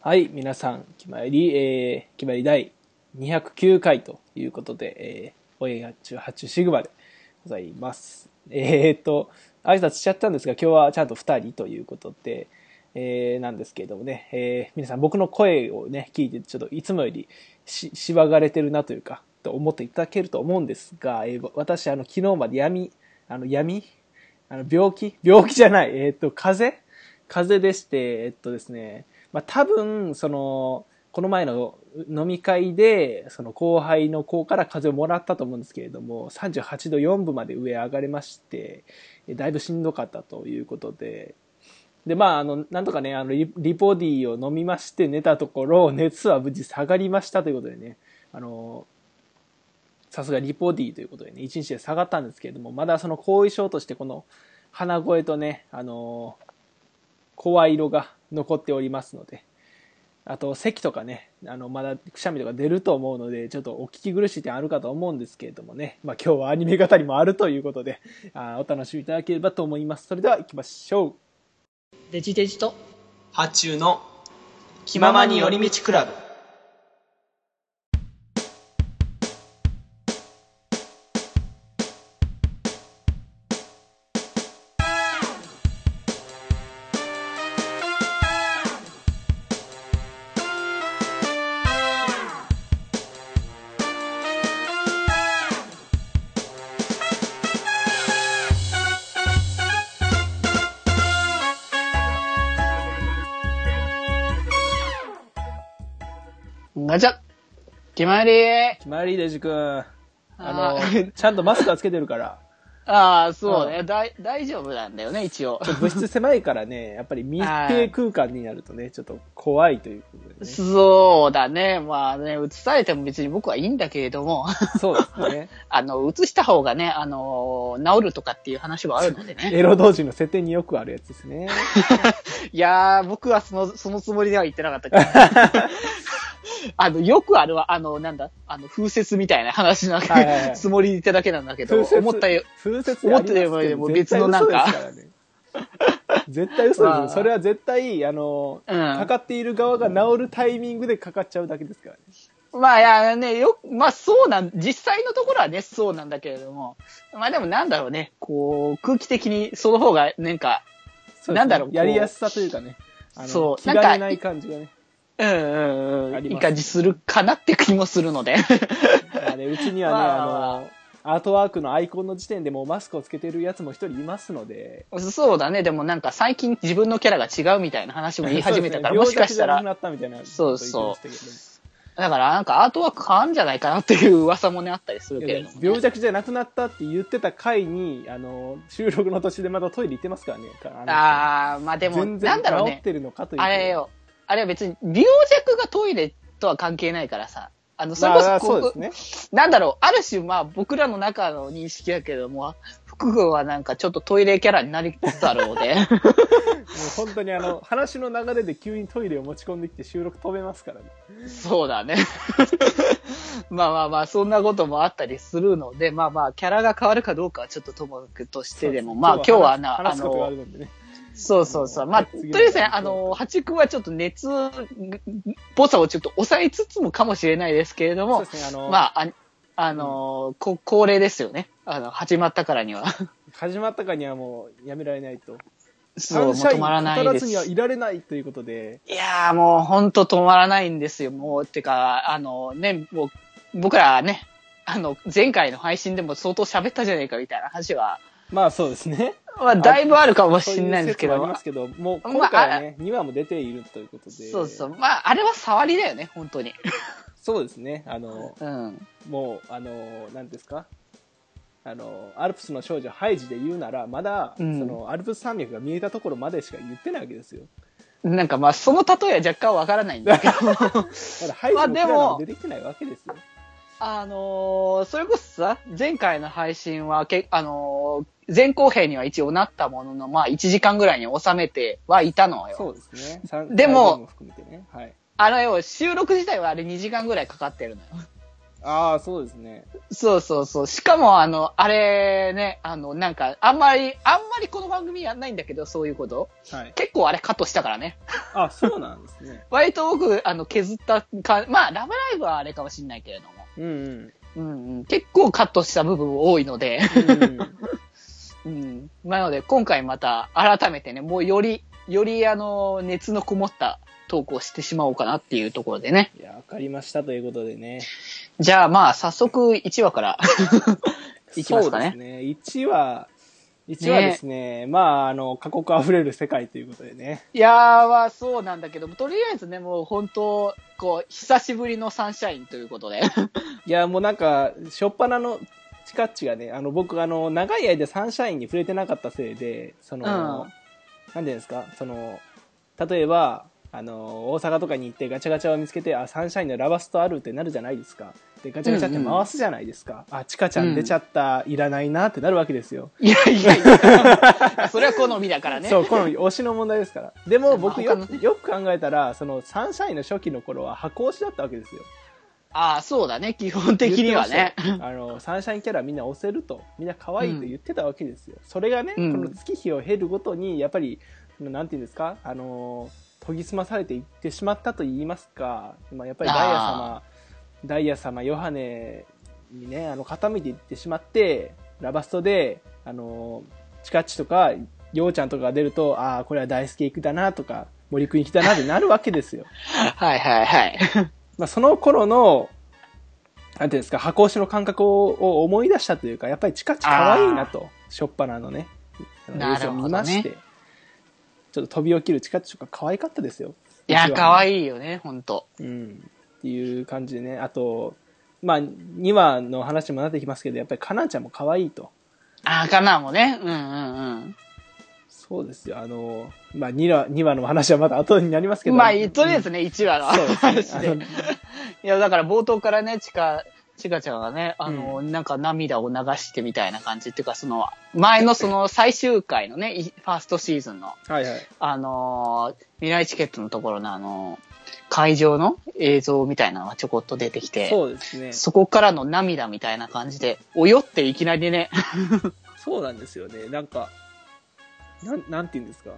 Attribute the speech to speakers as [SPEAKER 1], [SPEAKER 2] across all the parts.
[SPEAKER 1] はい、皆さん、決まり、えー、決まり第209回ということで、えー、お映画18シグマでございます。えー、っと、挨拶しちゃったんですが、今日はちゃんと2人ということで、えー、なんですけれどもね、えー、皆さん僕の声をね、聞いて、ちょっといつもよりし、しばがれてるなというか、と思っていただけると思うんですが、えー、私、あの、昨日まで闇、あの、闇あの、病気病気じゃない。えーっと、風邪風邪でして、えっとですね、まあ、多分、その、この前の飲み会で、その後輩の子から風邪をもらったと思うんですけれども、38度4分まで上上がれまして、えだいぶしんどかったということで、で、まあ、あの、なんとかね、あの、リリポディを飲みまして寝たところ、熱は無事下がりましたということでね、あの、さすがリポディということでね、1日で下がったんですけれども、まだその後遺症としてこの鼻声とね、あの声色が残っておりますので、あと咳とかね、あの、まだくしゃみとか出ると思うので、ちょっとお聞き苦しい点あるかと思うんですけれどもね、まあ今日はアニメ語りもあるということで、あーお楽しみいただければと思います。それでは行きましょう。
[SPEAKER 2] デジデジと
[SPEAKER 3] 発注の気ままに寄り道クラブ
[SPEAKER 2] ガチャ決まり
[SPEAKER 1] 決まりデジ君。あ
[SPEAKER 2] あ
[SPEAKER 1] の
[SPEAKER 2] ー、
[SPEAKER 1] ちゃんとマスクはつけてるから、
[SPEAKER 2] ああ、そうね、だい。大丈夫なんだよね、一応。
[SPEAKER 1] ちょっと物質狭いからね、やっぱり密閉空間になるとね、ちょっと怖いということでね。
[SPEAKER 2] そうだね。まあね、映されても別に僕はいいんだけれども、
[SPEAKER 1] そうですね。
[SPEAKER 2] あの、映した方がね、あの、治るとかっていう話はあるのでね。
[SPEAKER 1] エロ同士の設定によくあるやつですね。
[SPEAKER 2] いやー、僕はその、そのつもりでは言ってなかったから。 あの、よくあるわ、あの、なんだ、あの、風説みたいな話なんか、
[SPEAKER 1] はいはいはい
[SPEAKER 2] つもりで言っただけなんだけど、思ったよ、。
[SPEAKER 1] 風説ありますけど
[SPEAKER 2] 思ったよりも別のなんか
[SPEAKER 1] 絶対嘘ですからね絶対嘘です
[SPEAKER 2] ま
[SPEAKER 1] よ。
[SPEAKER 2] あ
[SPEAKER 1] それは絶対、あの、
[SPEAKER 2] うん
[SPEAKER 1] かかっている側が治るタイミングでかかっちゃうだけですからね。
[SPEAKER 2] まあ、いや、ね、よ、まあ、そうなん、実際のところはね、そうなんだけれども、まあでもなんだろうね、こう、空気的にその方が、なんか、
[SPEAKER 1] そうですね
[SPEAKER 2] なんだろうこう
[SPEAKER 1] やりやすさというかね。あの
[SPEAKER 2] そう
[SPEAKER 1] 気兼ねない感じがね。
[SPEAKER 2] うんうん
[SPEAKER 1] あ
[SPEAKER 2] う
[SPEAKER 1] ります
[SPEAKER 2] ん、いい感じするかなって気もするので。
[SPEAKER 1] まあねうちにはね、
[SPEAKER 2] まあ
[SPEAKER 1] あの、アートワークのアイコンの時点でもうマスクをつけてるやつも一人いますので。
[SPEAKER 2] そうだね、でもなんか最近自分のキャラが違うみたいな話も言い始めたから、
[SPEAKER 1] そうで
[SPEAKER 2] も
[SPEAKER 1] す
[SPEAKER 2] し
[SPEAKER 1] ね
[SPEAKER 2] かした
[SPEAKER 1] 病弱じゃなく
[SPEAKER 2] ら、
[SPEAKER 1] なったみたいな
[SPEAKER 2] そうそう
[SPEAKER 1] こと言ってました
[SPEAKER 2] だからなんかアートワーク変わんじゃないかなっていう噂もね、あったりする
[SPEAKER 1] け
[SPEAKER 2] け
[SPEAKER 1] どね
[SPEAKER 2] れ
[SPEAKER 1] いや
[SPEAKER 2] ども、ね。
[SPEAKER 1] 病弱じゃなくなったって言ってた回に、あの、収録の年でまだトイレ行ってますからね。あの
[SPEAKER 2] あー、まあでも、
[SPEAKER 1] 全
[SPEAKER 2] な
[SPEAKER 1] 然
[SPEAKER 2] んだろう
[SPEAKER 1] 治っ
[SPEAKER 2] ね。
[SPEAKER 1] てるのかというと
[SPEAKER 2] あれよ。あれは別に、病弱がトイレとは関係ないからさ。あの、それ
[SPEAKER 1] ま
[SPEAKER 2] こ
[SPEAKER 1] あ、
[SPEAKER 2] そ、
[SPEAKER 1] そう
[SPEAKER 2] こ
[SPEAKER 1] ですね。
[SPEAKER 2] なんだろう、ある種、まあ、僕らの中の認識だけども、福君はなんかちょっとトイレキャラになりつつある ので、
[SPEAKER 1] もう本当にあ の、話の流れで急にトイレを持ち込んできて収録止めますからね。
[SPEAKER 2] そうだね。 まあまあまあ、そんなこともあったりするので、まあまあ、キャラが変わるかどうかはちょっとともかくとしてでも、まあ今日はな、
[SPEAKER 1] 話
[SPEAKER 2] あ
[SPEAKER 1] すことがある
[SPEAKER 2] の、
[SPEAKER 1] のでね。
[SPEAKER 2] そうそうそう、まあ、と
[SPEAKER 1] 次
[SPEAKER 2] り
[SPEAKER 1] の
[SPEAKER 2] あえずね、あの、八君はちょっと熱っぽさをちょっと抑えつつもかもしれないですけれ
[SPEAKER 1] そ
[SPEAKER 2] ど
[SPEAKER 1] う
[SPEAKER 2] も
[SPEAKER 1] で、すね、あの、
[SPEAKER 2] まあ、ああの、こ恒例ですよね。あの、始まったからには。
[SPEAKER 1] 始まったかにはもうやめられないと。
[SPEAKER 2] そう、もう止まらな
[SPEAKER 1] 語
[SPEAKER 2] い
[SPEAKER 1] ら
[SPEAKER 2] で
[SPEAKER 1] ず
[SPEAKER 2] す。
[SPEAKER 1] にはいられないということで、
[SPEAKER 2] いやーもうほんと止まらないんですよ。もう、てか、あのね、もう、僕らね、あの、前回の配信でも相当喋ったじゃないかみたいな話は、
[SPEAKER 1] まあそうです ね。
[SPEAKER 2] まあ、だいぶあるかもし
[SPEAKER 1] そ
[SPEAKER 2] れ
[SPEAKER 1] う
[SPEAKER 2] ないいうですけ
[SPEAKER 1] 説もあ
[SPEAKER 2] ど、
[SPEAKER 1] りますけど、もう今回はね、2話も出ているということで、
[SPEAKER 2] そうそう。まあ、あれは触りだよね、本当に。
[SPEAKER 1] そうですね、あの、
[SPEAKER 2] うん。
[SPEAKER 1] もう、あの、なんですか、あの、アルプスの少女ハイジで言うなら、まだ、
[SPEAKER 2] うん
[SPEAKER 1] その、アルプス山脈が見えたところまでしか言ってないわけです よ。
[SPEAKER 2] なんかまあ、その例えは若干わからないん だけど、
[SPEAKER 1] まだハイジ
[SPEAKER 2] まあ
[SPEAKER 1] の
[SPEAKER 2] でも
[SPEAKER 1] キャラが出てきてないわけですよ。
[SPEAKER 2] あのーそれこそさ、前回の配信はけ、あのー前後編には一応なったものの、まあ、1時間ぐらいに収めてはいたのよ。
[SPEAKER 1] そうですね。三
[SPEAKER 2] でも
[SPEAKER 1] 三部も含めてね。はい。
[SPEAKER 2] あれを収録自体はあれ2時間ぐらいかかってるのよ。
[SPEAKER 1] ああ、そうですね。
[SPEAKER 2] そうそうそう。しかも、あの、あれね、あの、なんか、あんまり、あんまりこの番組やんないんだけど、そういうこと。
[SPEAKER 1] はい。
[SPEAKER 2] 結構あれカットしたからね。
[SPEAKER 1] あ、そうなんですね。
[SPEAKER 2] 割と僕、あの、削ったか、まあ、ラブライブはあれかもしんないけれども。
[SPEAKER 1] うんうん。
[SPEAKER 2] うんうん、結構カットした部分多いので、
[SPEAKER 1] うんうん
[SPEAKER 2] うん、なので今回また改めてね、もうより、よりあの、熱のこもったトークをしてしまおうかなっていうところでね。
[SPEAKER 1] いや、わかりましたということでね。
[SPEAKER 2] じゃあまあ早速1話からいきます
[SPEAKER 1] そ
[SPEAKER 2] か
[SPEAKER 1] う
[SPEAKER 2] ね。
[SPEAKER 1] ですね。1話、1話ですね。まあ、あの、過酷あふれる世界ということでね。
[SPEAKER 2] いやーはそうなんだけども、とりあえずね、もう本当、こう、久しぶりのサンシャインとい うことで。
[SPEAKER 1] いや、もうなんか、しょっぱなの、チカッチがね、あの、僕、あの、長い間サンシャインに触れてなかったせいで、その、
[SPEAKER 2] うん
[SPEAKER 1] なんていうんですか、その、例えば、あの、大阪とかに行ってガチャガチャを見つけて、あ、サンシャインのラバストあるってなるじゃないですか。で、ガチャガチャって回すじゃないですか。あ、チカちゃん出ちゃった、いらないなってなるわけですよ。
[SPEAKER 2] いやいやいや、それは好みだからね。
[SPEAKER 1] そう、この推しの問題ですから。でも僕よ
[SPEAKER 2] まあ他の
[SPEAKER 1] よく考えたら、そのサンシャインの初期の頃は箱推しだったわけですよ。
[SPEAKER 2] ああ、そうだね、基本的にはね。
[SPEAKER 1] 言ってましたよ。あの、サンシャインキャラみんな推せると、みんな可愛いと言ってたわけですよ。それがね、
[SPEAKER 2] うん
[SPEAKER 1] この月日を経るごとに、やっぱり、なんていうんですか、あの、研ぎ澄まされていってしまったと言いますか、まあ、やっぱりダイヤ様、ダイヤ様、ヨハネにね、あの、傾いていってしまって、ラバストで、あの、チカッチとか、ヨウちゃんとかが出ると、ああ、これは大輔行くだなとか、森君行きだなってなるわけですよ。
[SPEAKER 2] はいはいはい。
[SPEAKER 1] まあ、その頃の、なんていうんですか、箱推しの感覚をを思い出したというか、やっぱりチカチ可愛いなと、しょっぱなのね、
[SPEAKER 2] なるほどね
[SPEAKER 1] 様子を見まして、ちょっと飛び起きるチカチとか可愛かったですよ。
[SPEAKER 2] いや、可
[SPEAKER 1] い
[SPEAKER 2] 愛いよね、ほんと。
[SPEAKER 1] い。うん。っていう感じでね、あと、まあ、2話の話にもなってきますけど、やっぱりカナンちゃんも可愛いと。
[SPEAKER 2] ああ、かなもね。うんうん
[SPEAKER 1] そうですよ、あの、まあ2話、2話の話はまだ後になりますけ
[SPEAKER 2] う
[SPEAKER 1] ど。
[SPEAKER 2] ん。まあ、とりあえずね、1話の
[SPEAKER 1] そうで
[SPEAKER 2] 話
[SPEAKER 1] すね
[SPEAKER 2] で。いや、だから冒頭からね、ちか、ちかちゃんがね、あの、なんか涙を流してみたいな感じっていうか、その、前のその最終回のね、いファーストシーズンの、
[SPEAKER 1] はいはい。
[SPEAKER 2] あのー未来チケットのところのあの会場の映像みたいなのがちょこっと出てきて、
[SPEAKER 1] そうですね。
[SPEAKER 2] そこからの涙みたいな感じで、およっていきなりね、
[SPEAKER 1] そうなんですよね。なんか、なん、なんて言うんですか。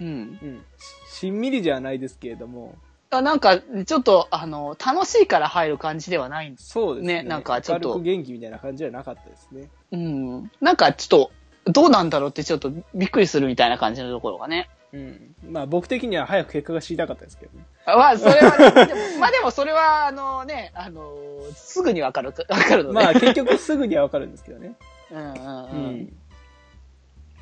[SPEAKER 2] うん。
[SPEAKER 1] うん。ししんみりじゃないですけれども、
[SPEAKER 2] あなんか、ちょっと、あの、楽しいから入る感じではないんです。
[SPEAKER 1] そうですね。
[SPEAKER 2] ねなんかちょっと
[SPEAKER 1] 明るく元気みたいな感じじゃなかったですね。
[SPEAKER 2] うん。なんか、ちょっと、どうなんだろうってちょっとびっくりするみたいな感じのところがね。
[SPEAKER 1] うん。まあ僕的には早く結果が知りたかったですけどね。
[SPEAKER 2] あまあ、それ は、でもまあでもそれは、あのね、あの、すぐにわかると、わかるので。
[SPEAKER 1] まあ 結局すぐにはわかるんですけどね。
[SPEAKER 2] うんうん
[SPEAKER 1] う
[SPEAKER 2] うん。
[SPEAKER 1] ん。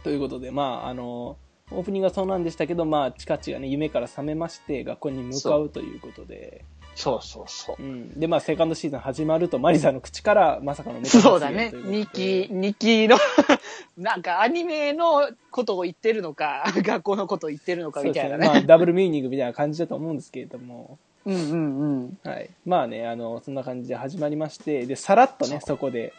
[SPEAKER 1] ということで、まああの、オープニングはそうなんでしたけど、まあ、チカチがね、夢から覚めまして、学校に向かうということで、
[SPEAKER 2] そうそうそう
[SPEAKER 1] う。ん。で、まあ、セカンドシーズン始まると、マリさんの口から、まさかのメタバース
[SPEAKER 2] そうだね。
[SPEAKER 1] ということで
[SPEAKER 2] 2期、2期の、 なんかアニメのことを言ってるのか、 学校のことを言ってるのかみたいなね。
[SPEAKER 1] そうですまあ、ダブルミーニングみたいな感じだと思うんですけれども、
[SPEAKER 2] うんうんうん。
[SPEAKER 1] はい、まあねあのそんな感じで始まりましてでさらっとねそこで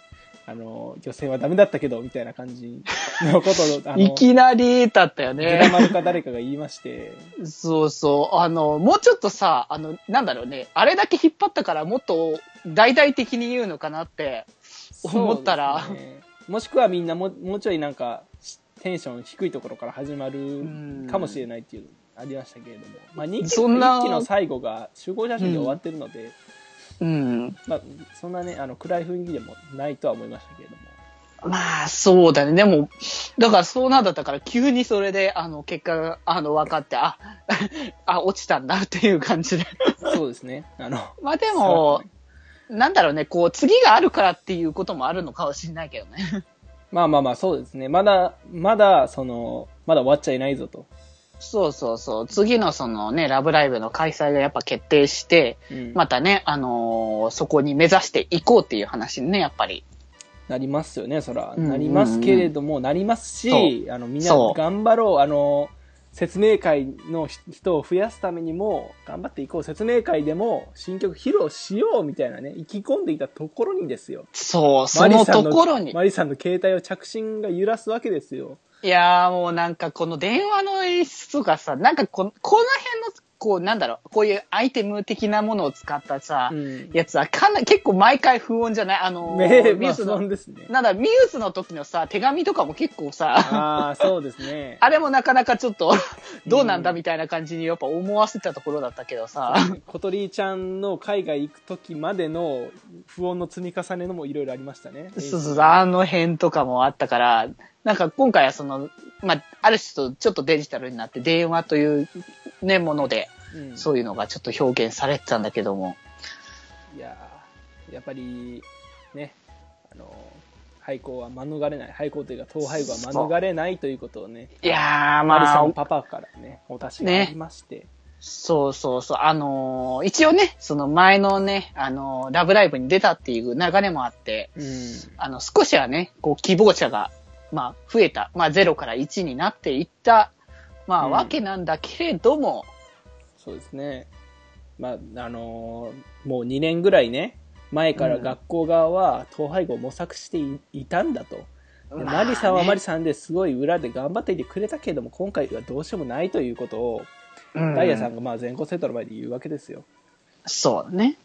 [SPEAKER 1] あの「女性はダメだったけど」みたいな感じの ことをあ
[SPEAKER 2] い
[SPEAKER 1] の
[SPEAKER 2] きなりだったよね。
[SPEAKER 1] ブラマルか誰かが言いまして
[SPEAKER 2] そうそう。あの、もうちょっとさ、あの、なんだろうね、あれだけ引っ張ったからもっと大々的に言うのかなって。 思ったら
[SPEAKER 1] そうですねもしくはみんなももうちょいなんかテンション低いところから始まる
[SPEAKER 2] ん
[SPEAKER 1] かもしれないっていうありましたけれども、まあ、2, 期
[SPEAKER 2] そんな
[SPEAKER 1] 一期の最後が集合写真で終わってるので、
[SPEAKER 2] うん。
[SPEAKER 1] まあ、そんなねあの暗い雰囲気でもないとは思いましたけれども。
[SPEAKER 2] まあ、そうだね。でも、だからそうなんだったから、急にそれで、あの、結果が、あの、分かって、あ、 あ、落ちたんだっていう感じで。
[SPEAKER 1] そうですね。あの、
[SPEAKER 2] まあでも、なんだろうね、こう、次があるからっていうこともあるのかもしれないけどね。
[SPEAKER 1] まあまあまあ、そうですね。まだ、まだ、その、まだ終わっちゃいないぞと。
[SPEAKER 2] そうそうそう。次のそのね、ラブライブの開催がやっぱ決定して、
[SPEAKER 1] うん
[SPEAKER 2] またね、あのーそこに目指していこうっていう話にね、やっぱり。
[SPEAKER 1] なりますよね、そら。
[SPEAKER 2] うんうん
[SPEAKER 1] なりますけれども、なりますし、あの、みんな
[SPEAKER 2] そう
[SPEAKER 1] 頑張ろう。あの、説明会のひ人を増やすためにも、頑張っていこう。説明会でも、新曲披露しよう、みたいなね、意気込んでいたところにですよ。
[SPEAKER 2] そう、そ
[SPEAKER 1] マリ
[SPEAKER 2] の
[SPEAKER 1] さん
[SPEAKER 2] ところに。
[SPEAKER 1] マリさんの携帯を着信が揺らすわけですよ。
[SPEAKER 2] いやーもうなんかこの電話の演出とかさ、なんかここの辺のこう、なんだろう、こういうアイテム的なものを使ったさ、
[SPEAKER 1] うん
[SPEAKER 2] やつはかな、結構毎回不穏じゃないあ の、
[SPEAKER 1] ねま
[SPEAKER 2] ミュ
[SPEAKER 1] あ
[SPEAKER 2] ース
[SPEAKER 1] そう
[SPEAKER 2] の、
[SPEAKER 1] ですね。
[SPEAKER 2] なんだ、ミュースの時のさ、手紙とかも結構さ、
[SPEAKER 1] ああ、そうですね。
[SPEAKER 2] あれもなかなかちょっと、どうなんだ
[SPEAKER 1] うん
[SPEAKER 2] みたいな感じにやっぱ思わせたところだったけどさ、
[SPEAKER 1] 小鳥ちゃんの海外行く時までの不穏の積み重ねのもいろいろありましたね。
[SPEAKER 2] そうそうそう、あの辺とかもあったから、なんか今回はその、まあ、ある種とちょっとデジタルになって電話というね、もので、
[SPEAKER 1] うん
[SPEAKER 2] そういうのがちょっと表現されてたんだけども。
[SPEAKER 1] いやーやっぱりねあの廃校は免れない廃校というか統廃校は免れないということをね
[SPEAKER 2] いやー、
[SPEAKER 1] マリ
[SPEAKER 2] ま
[SPEAKER 1] さん
[SPEAKER 2] あ、
[SPEAKER 1] パパからねお達しがありまして、
[SPEAKER 2] そうそうそう、あのー一応ね、その前のね、あのーラブライブに出たっていう流れもあって、
[SPEAKER 1] うん
[SPEAKER 2] あの、少しはね、こう、希望者が、まあ、増えた、まあ、0から1になっていった、まあ、
[SPEAKER 1] うん
[SPEAKER 2] わけなんだけれども、
[SPEAKER 1] そうですねまああのーもう2年ぐらいね前から学校側は統廃校を模索していいたんだと、で
[SPEAKER 2] まあ
[SPEAKER 1] マリさんは
[SPEAKER 2] ね
[SPEAKER 1] マリさんですごい裏で頑張っていてくれたけれども今回はどうしようもないということを
[SPEAKER 2] う
[SPEAKER 1] ダイヤさんがまあ全校生徒の前で言うわけですよ
[SPEAKER 2] そうね。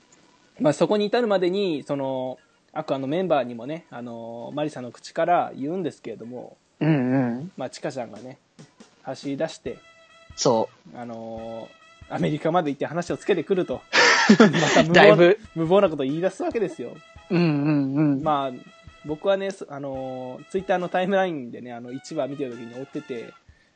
[SPEAKER 1] まあ、そこに至るまでにそのアクアのメンバーにもねあのマリさんの口から言うんですけれども、
[SPEAKER 2] うんうん。
[SPEAKER 1] まあ、チカちゃんがね走り出して
[SPEAKER 2] そ
[SPEAKER 1] あのアメリカまで行って話をつけてく るとまた無
[SPEAKER 2] だい
[SPEAKER 1] 謀
[SPEAKER 2] ぶ
[SPEAKER 1] 無謀なことを言い出すわけですよ。
[SPEAKER 2] う。うんうんうん。
[SPEAKER 1] まあ僕はねそあのツイッターのタイムラインでねあの1話見てる時に追ってて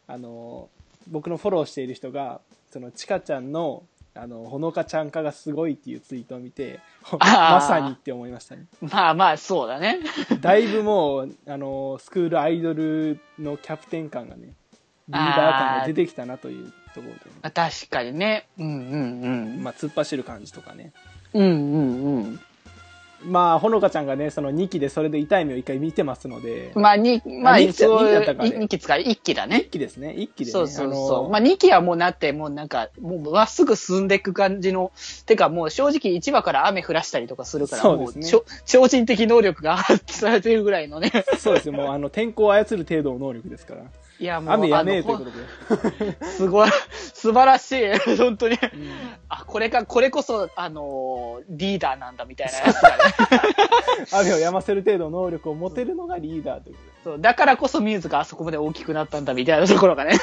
[SPEAKER 1] あの僕のフォローしている人がそのチカちゃんのあのほのかちゃん化がすごいっていうツイートを見て
[SPEAKER 2] あー
[SPEAKER 1] まさにって思いましたね。
[SPEAKER 2] まあまあ、そうだね。
[SPEAKER 1] だいぶもう、あのスクールアイドルのキャプテン感がね、リーダー感が出てきたなというところでね、
[SPEAKER 2] まあ確かにね。うんうんうん。
[SPEAKER 1] まあ、突っ走る感じとかね。
[SPEAKER 2] うんうん
[SPEAKER 1] まあ、ほのかちゃんがね、その2期でそれで痛い目を一回見てますので、
[SPEAKER 2] うん。まあ、に、まあ、
[SPEAKER 1] 二期
[SPEAKER 2] 一応、
[SPEAKER 1] 二期だったからね
[SPEAKER 2] 2期使い、1期だね
[SPEAKER 1] 1。期ですね、1期でね。
[SPEAKER 2] そうそう
[SPEAKER 1] あ
[SPEAKER 2] そ
[SPEAKER 1] の
[SPEAKER 2] う。まあ、2期はもうなって、もうなんか、もうまっすぐ進んでいく感じの、てかもう正直1話から雨降らしたりとかするから、
[SPEAKER 1] そうで
[SPEAKER 2] も
[SPEAKER 1] す
[SPEAKER 2] う
[SPEAKER 1] ね
[SPEAKER 2] ちょ超人的能力が発揮されてるぐらいのね。
[SPEAKER 1] そうですよ、もうあの天候を操る程度の能力ですから。
[SPEAKER 2] いや、も う、
[SPEAKER 1] 雨やめ
[SPEAKER 2] あ
[SPEAKER 1] えとい
[SPEAKER 2] の
[SPEAKER 1] うことで。
[SPEAKER 2] すごい、 素晴らしい、本当に。あ、これか、これこそ、あのーリーダーなんだみたいなや つだね。
[SPEAKER 1] 雨をやませる程度の能力を持てるのがリーダーということです。
[SPEAKER 2] そう、だからこそミューズがあそこまで大きくなったんだみたいなところがね。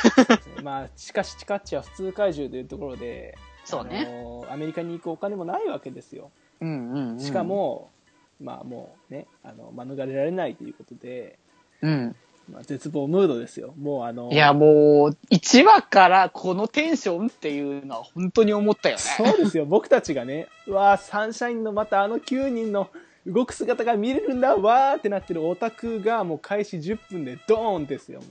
[SPEAKER 1] まあ、しかし、チカッチは普通怪獣というところで、
[SPEAKER 2] そう
[SPEAKER 1] あ
[SPEAKER 2] ね。
[SPEAKER 1] のアメリカに行くお金もないわけですよ。
[SPEAKER 2] うんうん、
[SPEAKER 1] しか、も、まあもうね、あの、免れられないということで、
[SPEAKER 2] うん。
[SPEAKER 1] まあ、絶望ムードですよ。もうあの、
[SPEAKER 2] いや、もう、1話からこのテンションっていうのは本当に思ったよね。
[SPEAKER 1] そうですよ。僕たちがね、うわあサンシャインのまたあの9人の動く姿が見れるんだ、わーってなってるオタクがもう開始10分でドーンですよ。もう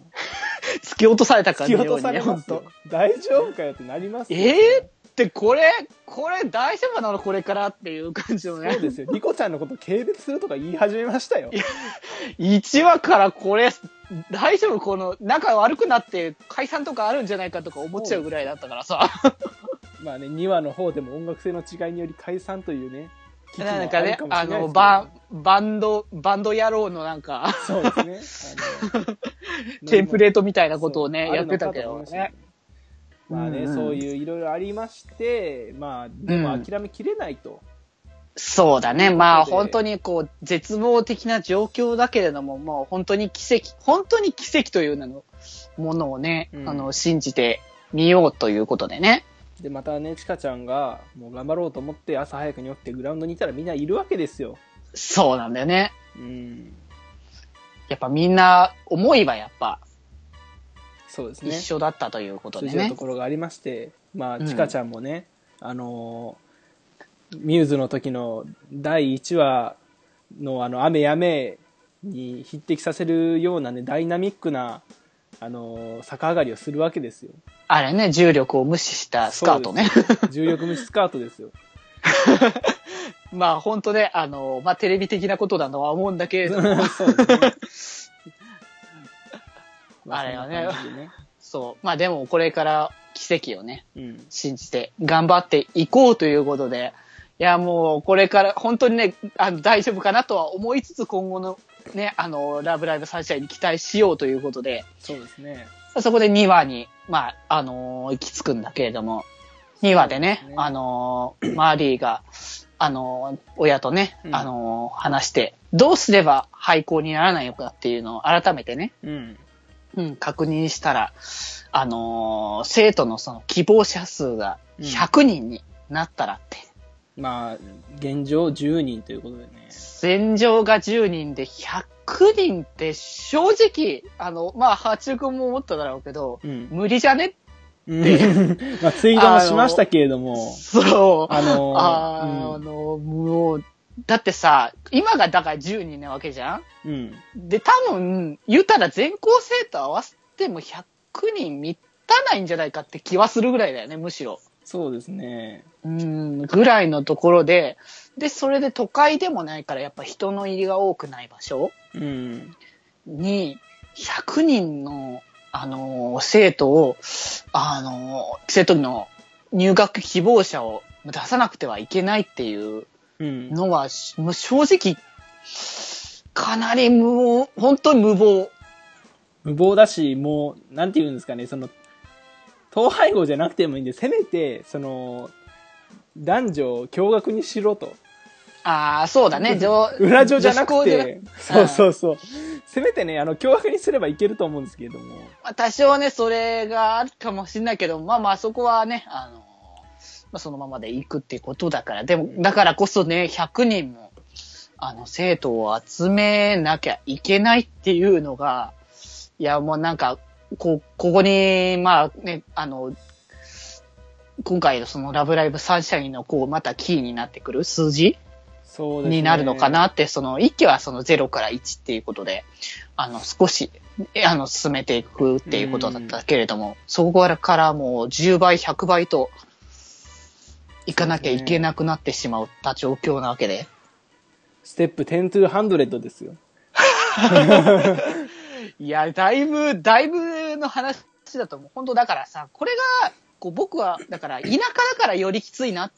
[SPEAKER 2] 突き落とされた感
[SPEAKER 1] 突
[SPEAKER 2] じ
[SPEAKER 1] き落
[SPEAKER 2] の
[SPEAKER 1] と
[SPEAKER 2] よう
[SPEAKER 1] さ
[SPEAKER 2] にね、
[SPEAKER 1] れま
[SPEAKER 2] 本
[SPEAKER 1] すよ
[SPEAKER 2] 当。。
[SPEAKER 1] 大丈夫かよってなりますよ
[SPEAKER 2] えー、って、これ、これ大丈夫なのこれからっていう感じのね
[SPEAKER 1] そう。ですよ。リコちゃんのこと軽蔑するとか言い始めましたよ。
[SPEAKER 2] 1話からこれ、大丈夫この、仲悪くなって解散とかあるんじゃないかとか思っちゃうぐらいだったからさ。
[SPEAKER 1] まあね、2話の方でも音楽性の違いにより解散というね、危機もあ
[SPEAKER 2] なん
[SPEAKER 1] る
[SPEAKER 2] か
[SPEAKER 1] かもしれないで
[SPEAKER 2] ね
[SPEAKER 1] すけ、ど
[SPEAKER 2] あの、バン、バンド、バンド野郎のなんか、
[SPEAKER 1] そうですね。あの
[SPEAKER 2] テンプレートみたいなことをね、
[SPEAKER 1] そう
[SPEAKER 2] やってたけ
[SPEAKER 1] ある
[SPEAKER 2] ど
[SPEAKER 1] のかと思いま
[SPEAKER 2] ね
[SPEAKER 1] し。たまあね、
[SPEAKER 2] うんうん
[SPEAKER 1] そういういろいろありまして、まあ、で
[SPEAKER 2] う
[SPEAKER 1] も
[SPEAKER 2] ん
[SPEAKER 1] 諦めきれないと。
[SPEAKER 2] そうだね。
[SPEAKER 1] ということで
[SPEAKER 2] まあ本当にこう、絶望的な状況だけれども、もう本当に奇跡、本当に奇跡という名のものをね、
[SPEAKER 1] うん
[SPEAKER 2] あの、信じてみようということでね。
[SPEAKER 1] で、またね、ちかちゃんが、もう頑張ろうと思って、朝早くに起きてグラウンドにいたらみんないるわけですよ。
[SPEAKER 2] そうなんだよね。
[SPEAKER 1] うん。
[SPEAKER 2] やっぱみんな、思いはやっぱ
[SPEAKER 1] そうですね。
[SPEAKER 2] 一緒だったということ
[SPEAKER 1] 通
[SPEAKER 2] で
[SPEAKER 1] じる
[SPEAKER 2] ね
[SPEAKER 1] と。ころがありまして、まあ、
[SPEAKER 2] うん
[SPEAKER 1] ちかちゃんもね、あのーミューズの時の第1話のあの、雨やめに匹敵させるようなね、ダイナミックな、あのー逆上がりをするわけですよ。
[SPEAKER 2] あれね、重力を無視したスカートね。
[SPEAKER 1] 重力無視スカート ですよ。
[SPEAKER 2] まあ本当ね、あの、まあテレビ的なことだとは思うんだけれど も、
[SPEAKER 1] そうですね。
[SPEAKER 2] あれはね
[SPEAKER 1] まあそんな感
[SPEAKER 2] そう。まあでもこれから奇跡をね、
[SPEAKER 1] じでね
[SPEAKER 2] 信じて頑張っていこうということで、いやもうこれから本当にね、あの大丈夫かなとは思いつつ今後のね、あの、ラブライブサンシャインに期待しようということで
[SPEAKER 1] うん。、そうですね。
[SPEAKER 2] そこで2話に、まあ、あの行き着くんだけれども、 2話でね、
[SPEAKER 1] そうですね
[SPEAKER 2] あのー、マーリーが、あのー、親とね、
[SPEAKER 1] うん
[SPEAKER 2] あのー、話して、どうすれば廃校にならないのかっていうのを改めてね、
[SPEAKER 1] うん。
[SPEAKER 2] うん、確認したら、あのー、生徒のその希望者数が100人になったらって、
[SPEAKER 1] まあ、現状10人ということでね。
[SPEAKER 2] 戦場が10人で100人って正直、あの、まあ、八中君も思っただろうけど、
[SPEAKER 1] うん。
[SPEAKER 2] 無理じゃね
[SPEAKER 1] まあ、ツイートもしましたけれども、
[SPEAKER 2] そう。
[SPEAKER 1] あの
[SPEAKER 2] あーあ
[SPEAKER 1] ー、
[SPEAKER 2] の、もう、だってさ、今がだから10人なわけじゃん
[SPEAKER 1] うん。うん。
[SPEAKER 2] で、多分、言うたら全校生徒合わせても100人満たないんじゃないかって気はするぐらいだよね、むしろ。
[SPEAKER 1] そうですね。
[SPEAKER 2] うん、ぐらいのところで、で、それで都会でもないから、やっぱ人の入りが多くない場所
[SPEAKER 1] うん。
[SPEAKER 2] に、100人の、あのー生徒を、あのー生徒の入学希望者を出さなくてはいけないっていう
[SPEAKER 1] うん。
[SPEAKER 2] のは、しもう正直、かなり無謀、本当に無謀。
[SPEAKER 1] 無謀だし、もう、なんて言うんですかね、その、統廃合じゃなくてもいいんで、せめて、その、男女を共学にしろと。
[SPEAKER 2] ああ、そう だね、上
[SPEAKER 1] 裏女じゃな
[SPEAKER 2] 女子
[SPEAKER 1] く
[SPEAKER 2] 校じゃな
[SPEAKER 1] て、そうそうそう。せめてね、あの、共学にすればいけると思うんですけれども。
[SPEAKER 2] まあ多少ね、それがあるかもしれないけど、まあまあ、そこはね、あの、まあ、そのままで行くってことだから、でも、だからこそね、100人も、あの、生徒を集めなきゃいけないっていうのが、いや、もうなんか、こ、ここに、まあね、あの、今回のそのラブライブサンシャインのこう、またキーになってくる数字
[SPEAKER 1] そうですね。
[SPEAKER 2] になるのかなって、その1期はその0から1っていうことで、あの、少し、えあの、進めていくっていうことだったけれども、そこからもう10倍、100倍と、いかなきゃいけなくなってしまった状況なわけで。
[SPEAKER 1] ステップ10 to 100ですよ。
[SPEAKER 2] いや、だいぶ、だいぶの話だと思う。本当だからさ、これが、こう僕は、だから、田舎だからよりきついなっ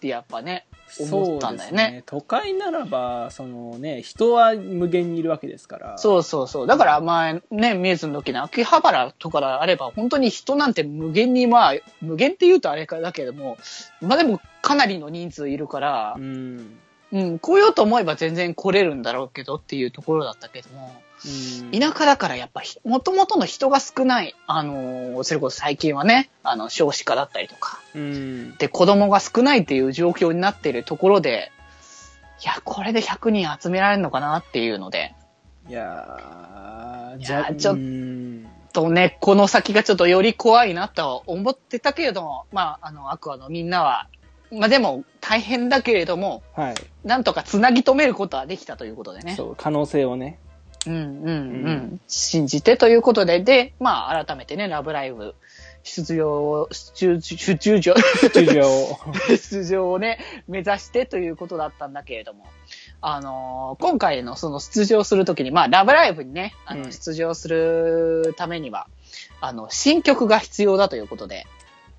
[SPEAKER 2] てやっぱね、思ったんだよね
[SPEAKER 1] そうです。都会ならば、そのね、人は無限にいるわけですから。
[SPEAKER 2] そうそうそう。だから前ね、ミエズの時の秋葉原とかがあれば、本当に人なんて無限に、まあ、無限って言うとあれかだけども、まあでもかなりの人数いるから
[SPEAKER 1] う、ん。
[SPEAKER 2] うん、来ようと思えば全然来れるんだろうけどっていうところだったけども、
[SPEAKER 1] うん。
[SPEAKER 2] 田舎だからやっぱひ、もともとの人が少ない、あのーそれこそ最近はね、あの、少子化だったりとか、
[SPEAKER 1] うん。
[SPEAKER 2] で、子供が少ないっていう状況になっているところで、いや、これで100人集められるのかなっていうので、
[SPEAKER 1] いやー、
[SPEAKER 2] いやー
[SPEAKER 1] じゃ
[SPEAKER 2] ちょっと
[SPEAKER 1] うん
[SPEAKER 2] ちょっとね、この先がちょっとより怖いなとは思ってたけれども、まあ、あの、アクアのみんなは、まあでも、大変だけれども、
[SPEAKER 1] はい。
[SPEAKER 2] なんとかつなぎ止めることはできたということでね。
[SPEAKER 1] そう、可能性をね。
[SPEAKER 2] うんうんうん。
[SPEAKER 1] う
[SPEAKER 2] 信じてということで、で、まあ、改めてね、ラブライブ、出場、出出出場、
[SPEAKER 1] 出場を。
[SPEAKER 2] 出場をね、目指してということだったんだけれども、あのー今回のその出場するときに、まあ、ラブライブにね、あ
[SPEAKER 1] う
[SPEAKER 2] の
[SPEAKER 1] ん
[SPEAKER 2] 出場するためには、あの、新曲が必要だということで、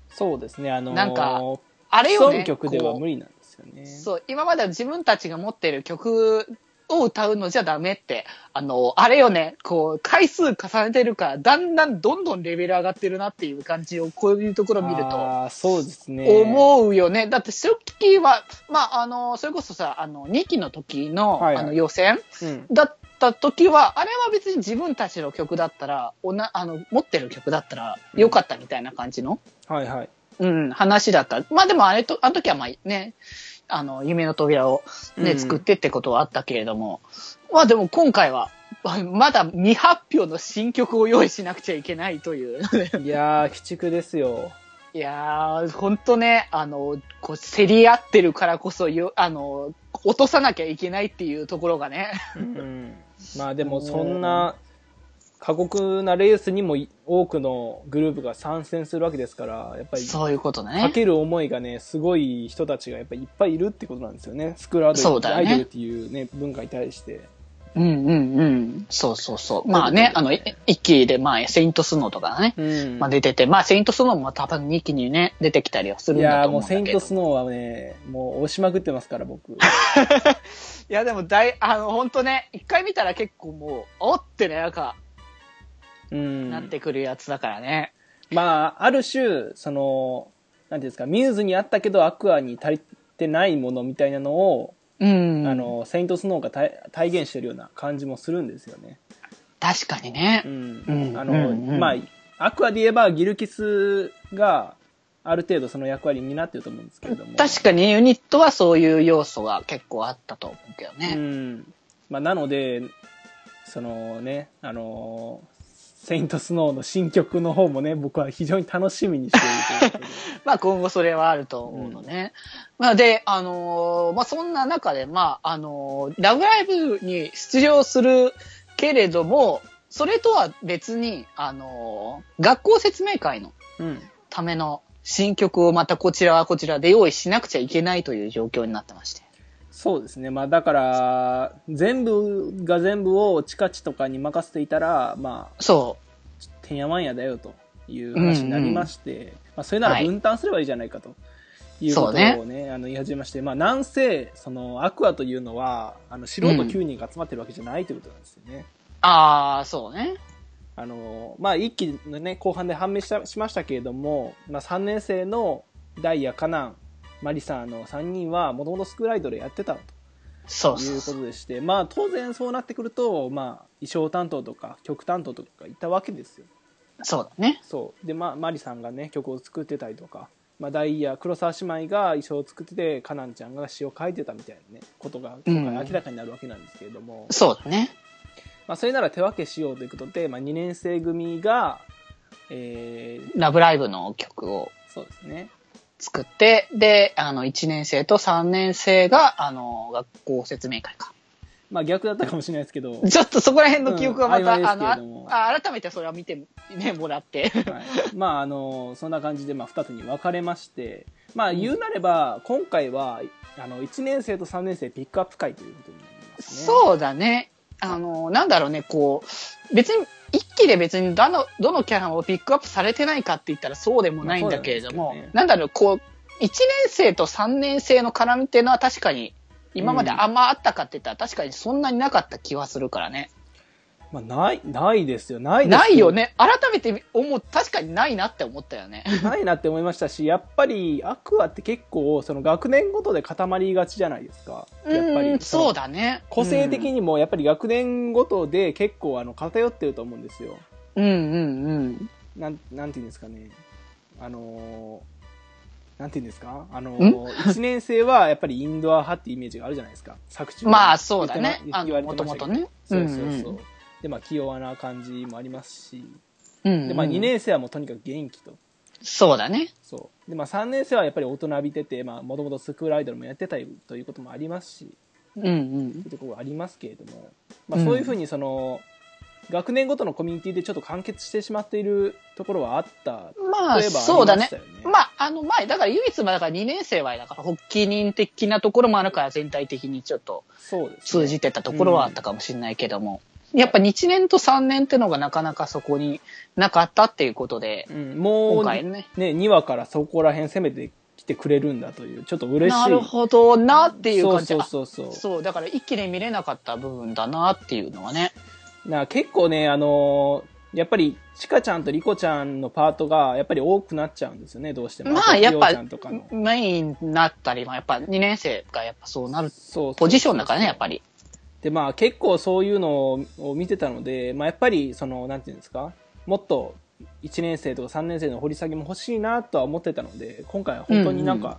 [SPEAKER 1] そうですね、あのー、
[SPEAKER 2] なんかあ
[SPEAKER 1] あ
[SPEAKER 2] れをね、
[SPEAKER 1] 曲では無
[SPEAKER 2] 理、
[SPEAKER 1] 理なんですよね。
[SPEAKER 2] そう、今までは自分たちが持ってる曲を歌うのじゃダメって、あの、あれよね、こう、回数重ねてるから、だんだんどんどんレベル上がってるなっていう感じを、こういうところを見ると。
[SPEAKER 1] あーそうですね。
[SPEAKER 2] 思うよね。だって、初期は、まあ、あの、それこそさ、あの、2期の時の、
[SPEAKER 1] はいはい
[SPEAKER 2] あの、予選
[SPEAKER 1] うん。
[SPEAKER 2] だった時は、あれは別に自分たちの曲だったら、おな、あの、持ってる曲だったら、よかったみたいな感じの、
[SPEAKER 1] はいはい。
[SPEAKER 2] うん、話だった。まあ、でも、あれと、あの時は、まあ、ね、あの、夢の扉をね、
[SPEAKER 1] うん
[SPEAKER 2] 作ってってことはあったけれども、まあ、でも今回は、まだ未発表の新曲を用意しなくちゃいけないという。
[SPEAKER 1] いやー、鬼畜ですよ。
[SPEAKER 2] いやー、ほんとね、あの、こう、競り合ってるからこそ、よ、あの、落とさなきゃいけないっていうところがね。
[SPEAKER 1] うん。まあでも、そんな、過酷なレースにもい多くのグループが参戦するわけですから、やっぱり、
[SPEAKER 2] そういうことだ
[SPEAKER 1] か
[SPEAKER 2] ね。
[SPEAKER 1] ける思いがね、すごい人たちがやっぱりいっぱいいるってことなんですよね。スクールアイ
[SPEAKER 2] そ
[SPEAKER 1] ド
[SPEAKER 2] う
[SPEAKER 1] ル,、
[SPEAKER 2] だよ
[SPEAKER 1] ア
[SPEAKER 2] ね
[SPEAKER 1] イドルっていうね、文化に対して。
[SPEAKER 2] うんうんうん。そうそうそう。まあね、あの、い一期で、まあ、セイントスノーとかね、
[SPEAKER 1] うん
[SPEAKER 2] まあ出てて、まあ、セイントスノーも多分二期にね、出てきたりはする
[SPEAKER 1] い
[SPEAKER 2] んだ
[SPEAKER 1] や
[SPEAKER 2] と
[SPEAKER 1] ーもう
[SPEAKER 2] 思うんだ
[SPEAKER 1] セイン
[SPEAKER 2] けど。
[SPEAKER 1] トスノーはね、もう押しまくってますから、 僕。
[SPEAKER 2] いや、でも、だい、あの、ほんとね、一回見たら結構もう、おってね、なんか、
[SPEAKER 1] うん。
[SPEAKER 2] なってくるやつだからね。
[SPEAKER 1] まあ、ある種、その、なんていうんですか、ミューズにあったけどアクアに足りてないものみたいなのを、
[SPEAKER 2] うん。
[SPEAKER 1] あの、セイントスノーが体体現してるような感じもするんですよね。
[SPEAKER 2] 確かにね
[SPEAKER 1] う。
[SPEAKER 2] うんん
[SPEAKER 1] あ
[SPEAKER 2] う
[SPEAKER 1] の、
[SPEAKER 2] んうん
[SPEAKER 1] まあ、アクアで言えばギルキスがある程度その役割になってると思うんですけれども。
[SPEAKER 2] 確かにユニットはそういう要素が結構あったと思うけど
[SPEAKER 1] う
[SPEAKER 2] ね。
[SPEAKER 1] ん。まあ、なので、そのね、あのセイントスノーの新曲の方もね、僕は非常に楽しみにしているということで。
[SPEAKER 2] まあ今後それはあると思うのね。まあで、あのーまあそんな中で、まああのーラブライブに出場するけれども、それとは別に、あのー学校説明会の
[SPEAKER 1] うん。
[SPEAKER 2] ための新曲をまたこちらはこちらで用意しなくちゃいけないという状況になってまして。
[SPEAKER 1] そうですね。まあ、だから、全部が全部をチカチとかに任せていたら、まあ、
[SPEAKER 2] そ
[SPEAKER 1] てんやわんやだよという話になりまして、まあ、それな
[SPEAKER 2] は
[SPEAKER 1] ら
[SPEAKER 2] い
[SPEAKER 1] 分担すればいいじゃないかということをね,、あの言い始めまして、まあ、なんせそのアクアというのはあの素人9人が集まってるわけじゃないということなんですよね。
[SPEAKER 2] う。ああ、そうね。
[SPEAKER 1] あのまあ、一期の、ね、後半で判明したしましたけれども、まあ、3年生のダイヤ、カナン、マリサの3人はもともとスクールアイドルやってたと
[SPEAKER 2] そう
[SPEAKER 1] い
[SPEAKER 2] そううそ
[SPEAKER 1] こ
[SPEAKER 2] う。
[SPEAKER 1] とでして、まあ、当然そうなってくると、まあ、衣装担当とか曲担当とかいたわけですよ。
[SPEAKER 2] そうだね。
[SPEAKER 1] そうで、まあ、マリさんがね曲を作ってたりとか、まあ、ダイヤ黒沢姉妹が衣装を作っててカナンちゃんが詩を書いてたみたいなねことが今回明らかになるわけなんですけれども、
[SPEAKER 2] そうだね。
[SPEAKER 1] まあ、それなら手分けしようということで、まあ、2年生組が、えー、
[SPEAKER 2] ラブライブの曲を
[SPEAKER 1] そうですね
[SPEAKER 2] 作って、で、あの、1年生と3年生が、あの、学校説明会か。
[SPEAKER 1] まあ逆だったかもしれないですけど、
[SPEAKER 2] ちょっとそこら辺の記憶はまた、
[SPEAKER 1] うん曖昧です
[SPEAKER 2] あ
[SPEAKER 1] けれども
[SPEAKER 2] のあ、あ改めてそれは見て、ね、もらって。
[SPEAKER 1] はい、まああのそんな感じで、まあ、2つに分かれましてまあ言うなれば今回はあの1年生と3年生ピックアップ会ということになりますね。
[SPEAKER 2] そうだね。あの、なんだろうね、こう、別に、一気で別にどの、どのキャラもピックアップされてないかって言ったらそうでもないんだけれど
[SPEAKER 1] まあそ
[SPEAKER 2] も、
[SPEAKER 1] うなんですけどね
[SPEAKER 2] なんだろう、こう、一年生と三年生の絡みっていうのは確かに、今まであんまあったかって言ったら確かにそんなになかった気はするからね。
[SPEAKER 1] まあ、ないないですよないです
[SPEAKER 2] ないよね。改めて思う、確かにないなって思ったよね。
[SPEAKER 1] ないなって思いましたしやっぱりアクアって結構その学年ごとで固まりがちじゃないですかやっぱ
[SPEAKER 2] う
[SPEAKER 1] り
[SPEAKER 2] んそう
[SPEAKER 1] だ
[SPEAKER 2] だね。
[SPEAKER 1] 個性的にもやっぱり学年ごとで結構あの偏ってると思うんですよ
[SPEAKER 2] うんうんうん
[SPEAKER 1] なんなんていうんですかねあのーなんていうんですかあの
[SPEAKER 2] ん
[SPEAKER 1] ー、1年生はやっぱりインドア派ってイメージがあるじゃないですか作中
[SPEAKER 2] うん。まあそうだね。
[SPEAKER 1] 言
[SPEAKER 2] あ
[SPEAKER 1] ってま
[SPEAKER 2] の、
[SPEAKER 1] 言
[SPEAKER 2] も
[SPEAKER 1] って
[SPEAKER 2] と
[SPEAKER 1] まし
[SPEAKER 2] も
[SPEAKER 1] たけど
[SPEAKER 2] とね。
[SPEAKER 1] そうそうそう、
[SPEAKER 2] んん
[SPEAKER 1] でまあ器用な感じもありますし
[SPEAKER 2] うんうん
[SPEAKER 1] で、まあ、2年生はもうとにかく元気と
[SPEAKER 2] そうだね。
[SPEAKER 1] そうでまあ、3年生はやっぱり大人びててもともとスクールアイドルもやってたりということもありますし
[SPEAKER 2] うんうん
[SPEAKER 1] と。いうところがありますけれども、まあ、
[SPEAKER 2] うん
[SPEAKER 1] そういうふうにその、学年ごとのコミュニティでちょっと完結してしまっているところはあった
[SPEAKER 2] まあ、
[SPEAKER 1] 例えば
[SPEAKER 2] そうだね
[SPEAKER 1] ありましたよね。
[SPEAKER 2] まあ、あの、まあ、だから唯一、まあだから2年生は、だから、発起人的なところもあるから、全体的にちょっと
[SPEAKER 1] そうですね、
[SPEAKER 2] 通じてたところはあったかもしれないけども、やっぱ1年と3年ってのがなかなかそこになかったっていうことで、
[SPEAKER 1] うん、も
[SPEAKER 2] 今
[SPEAKER 1] う、
[SPEAKER 2] 回
[SPEAKER 1] ね、
[SPEAKER 2] ね。
[SPEAKER 1] 2話からそこら辺攻めてきてくれるんだというちょっと嬉しい
[SPEAKER 2] なるほどなっていう感じ。
[SPEAKER 1] そう
[SPEAKER 2] あ
[SPEAKER 1] そうそうそ
[SPEAKER 2] そう、だから一気に見れなかった部分だなっていうのはね。
[SPEAKER 1] うな結構ねあのやっぱりちかちゃんとりこちゃんのパートがやっぱり多くなっちゃうんですよねどうしても
[SPEAKER 2] まあやっ
[SPEAKER 1] りおちゃ
[SPEAKER 2] ぱ
[SPEAKER 1] んとかの
[SPEAKER 2] メインになったり、まあやっぱ2年生がやっぱそうなる
[SPEAKER 1] そう
[SPEAKER 2] ポジションだからね、やっ
[SPEAKER 1] り
[SPEAKER 2] ぱり。
[SPEAKER 1] でまあ結構そういうのを見てたので、まあ、やっぱりそのなんていうんですかもっと1年生とか3年生の掘り下げも欲しいなとは思ってたので今回は本当になんか、
[SPEAKER 2] うん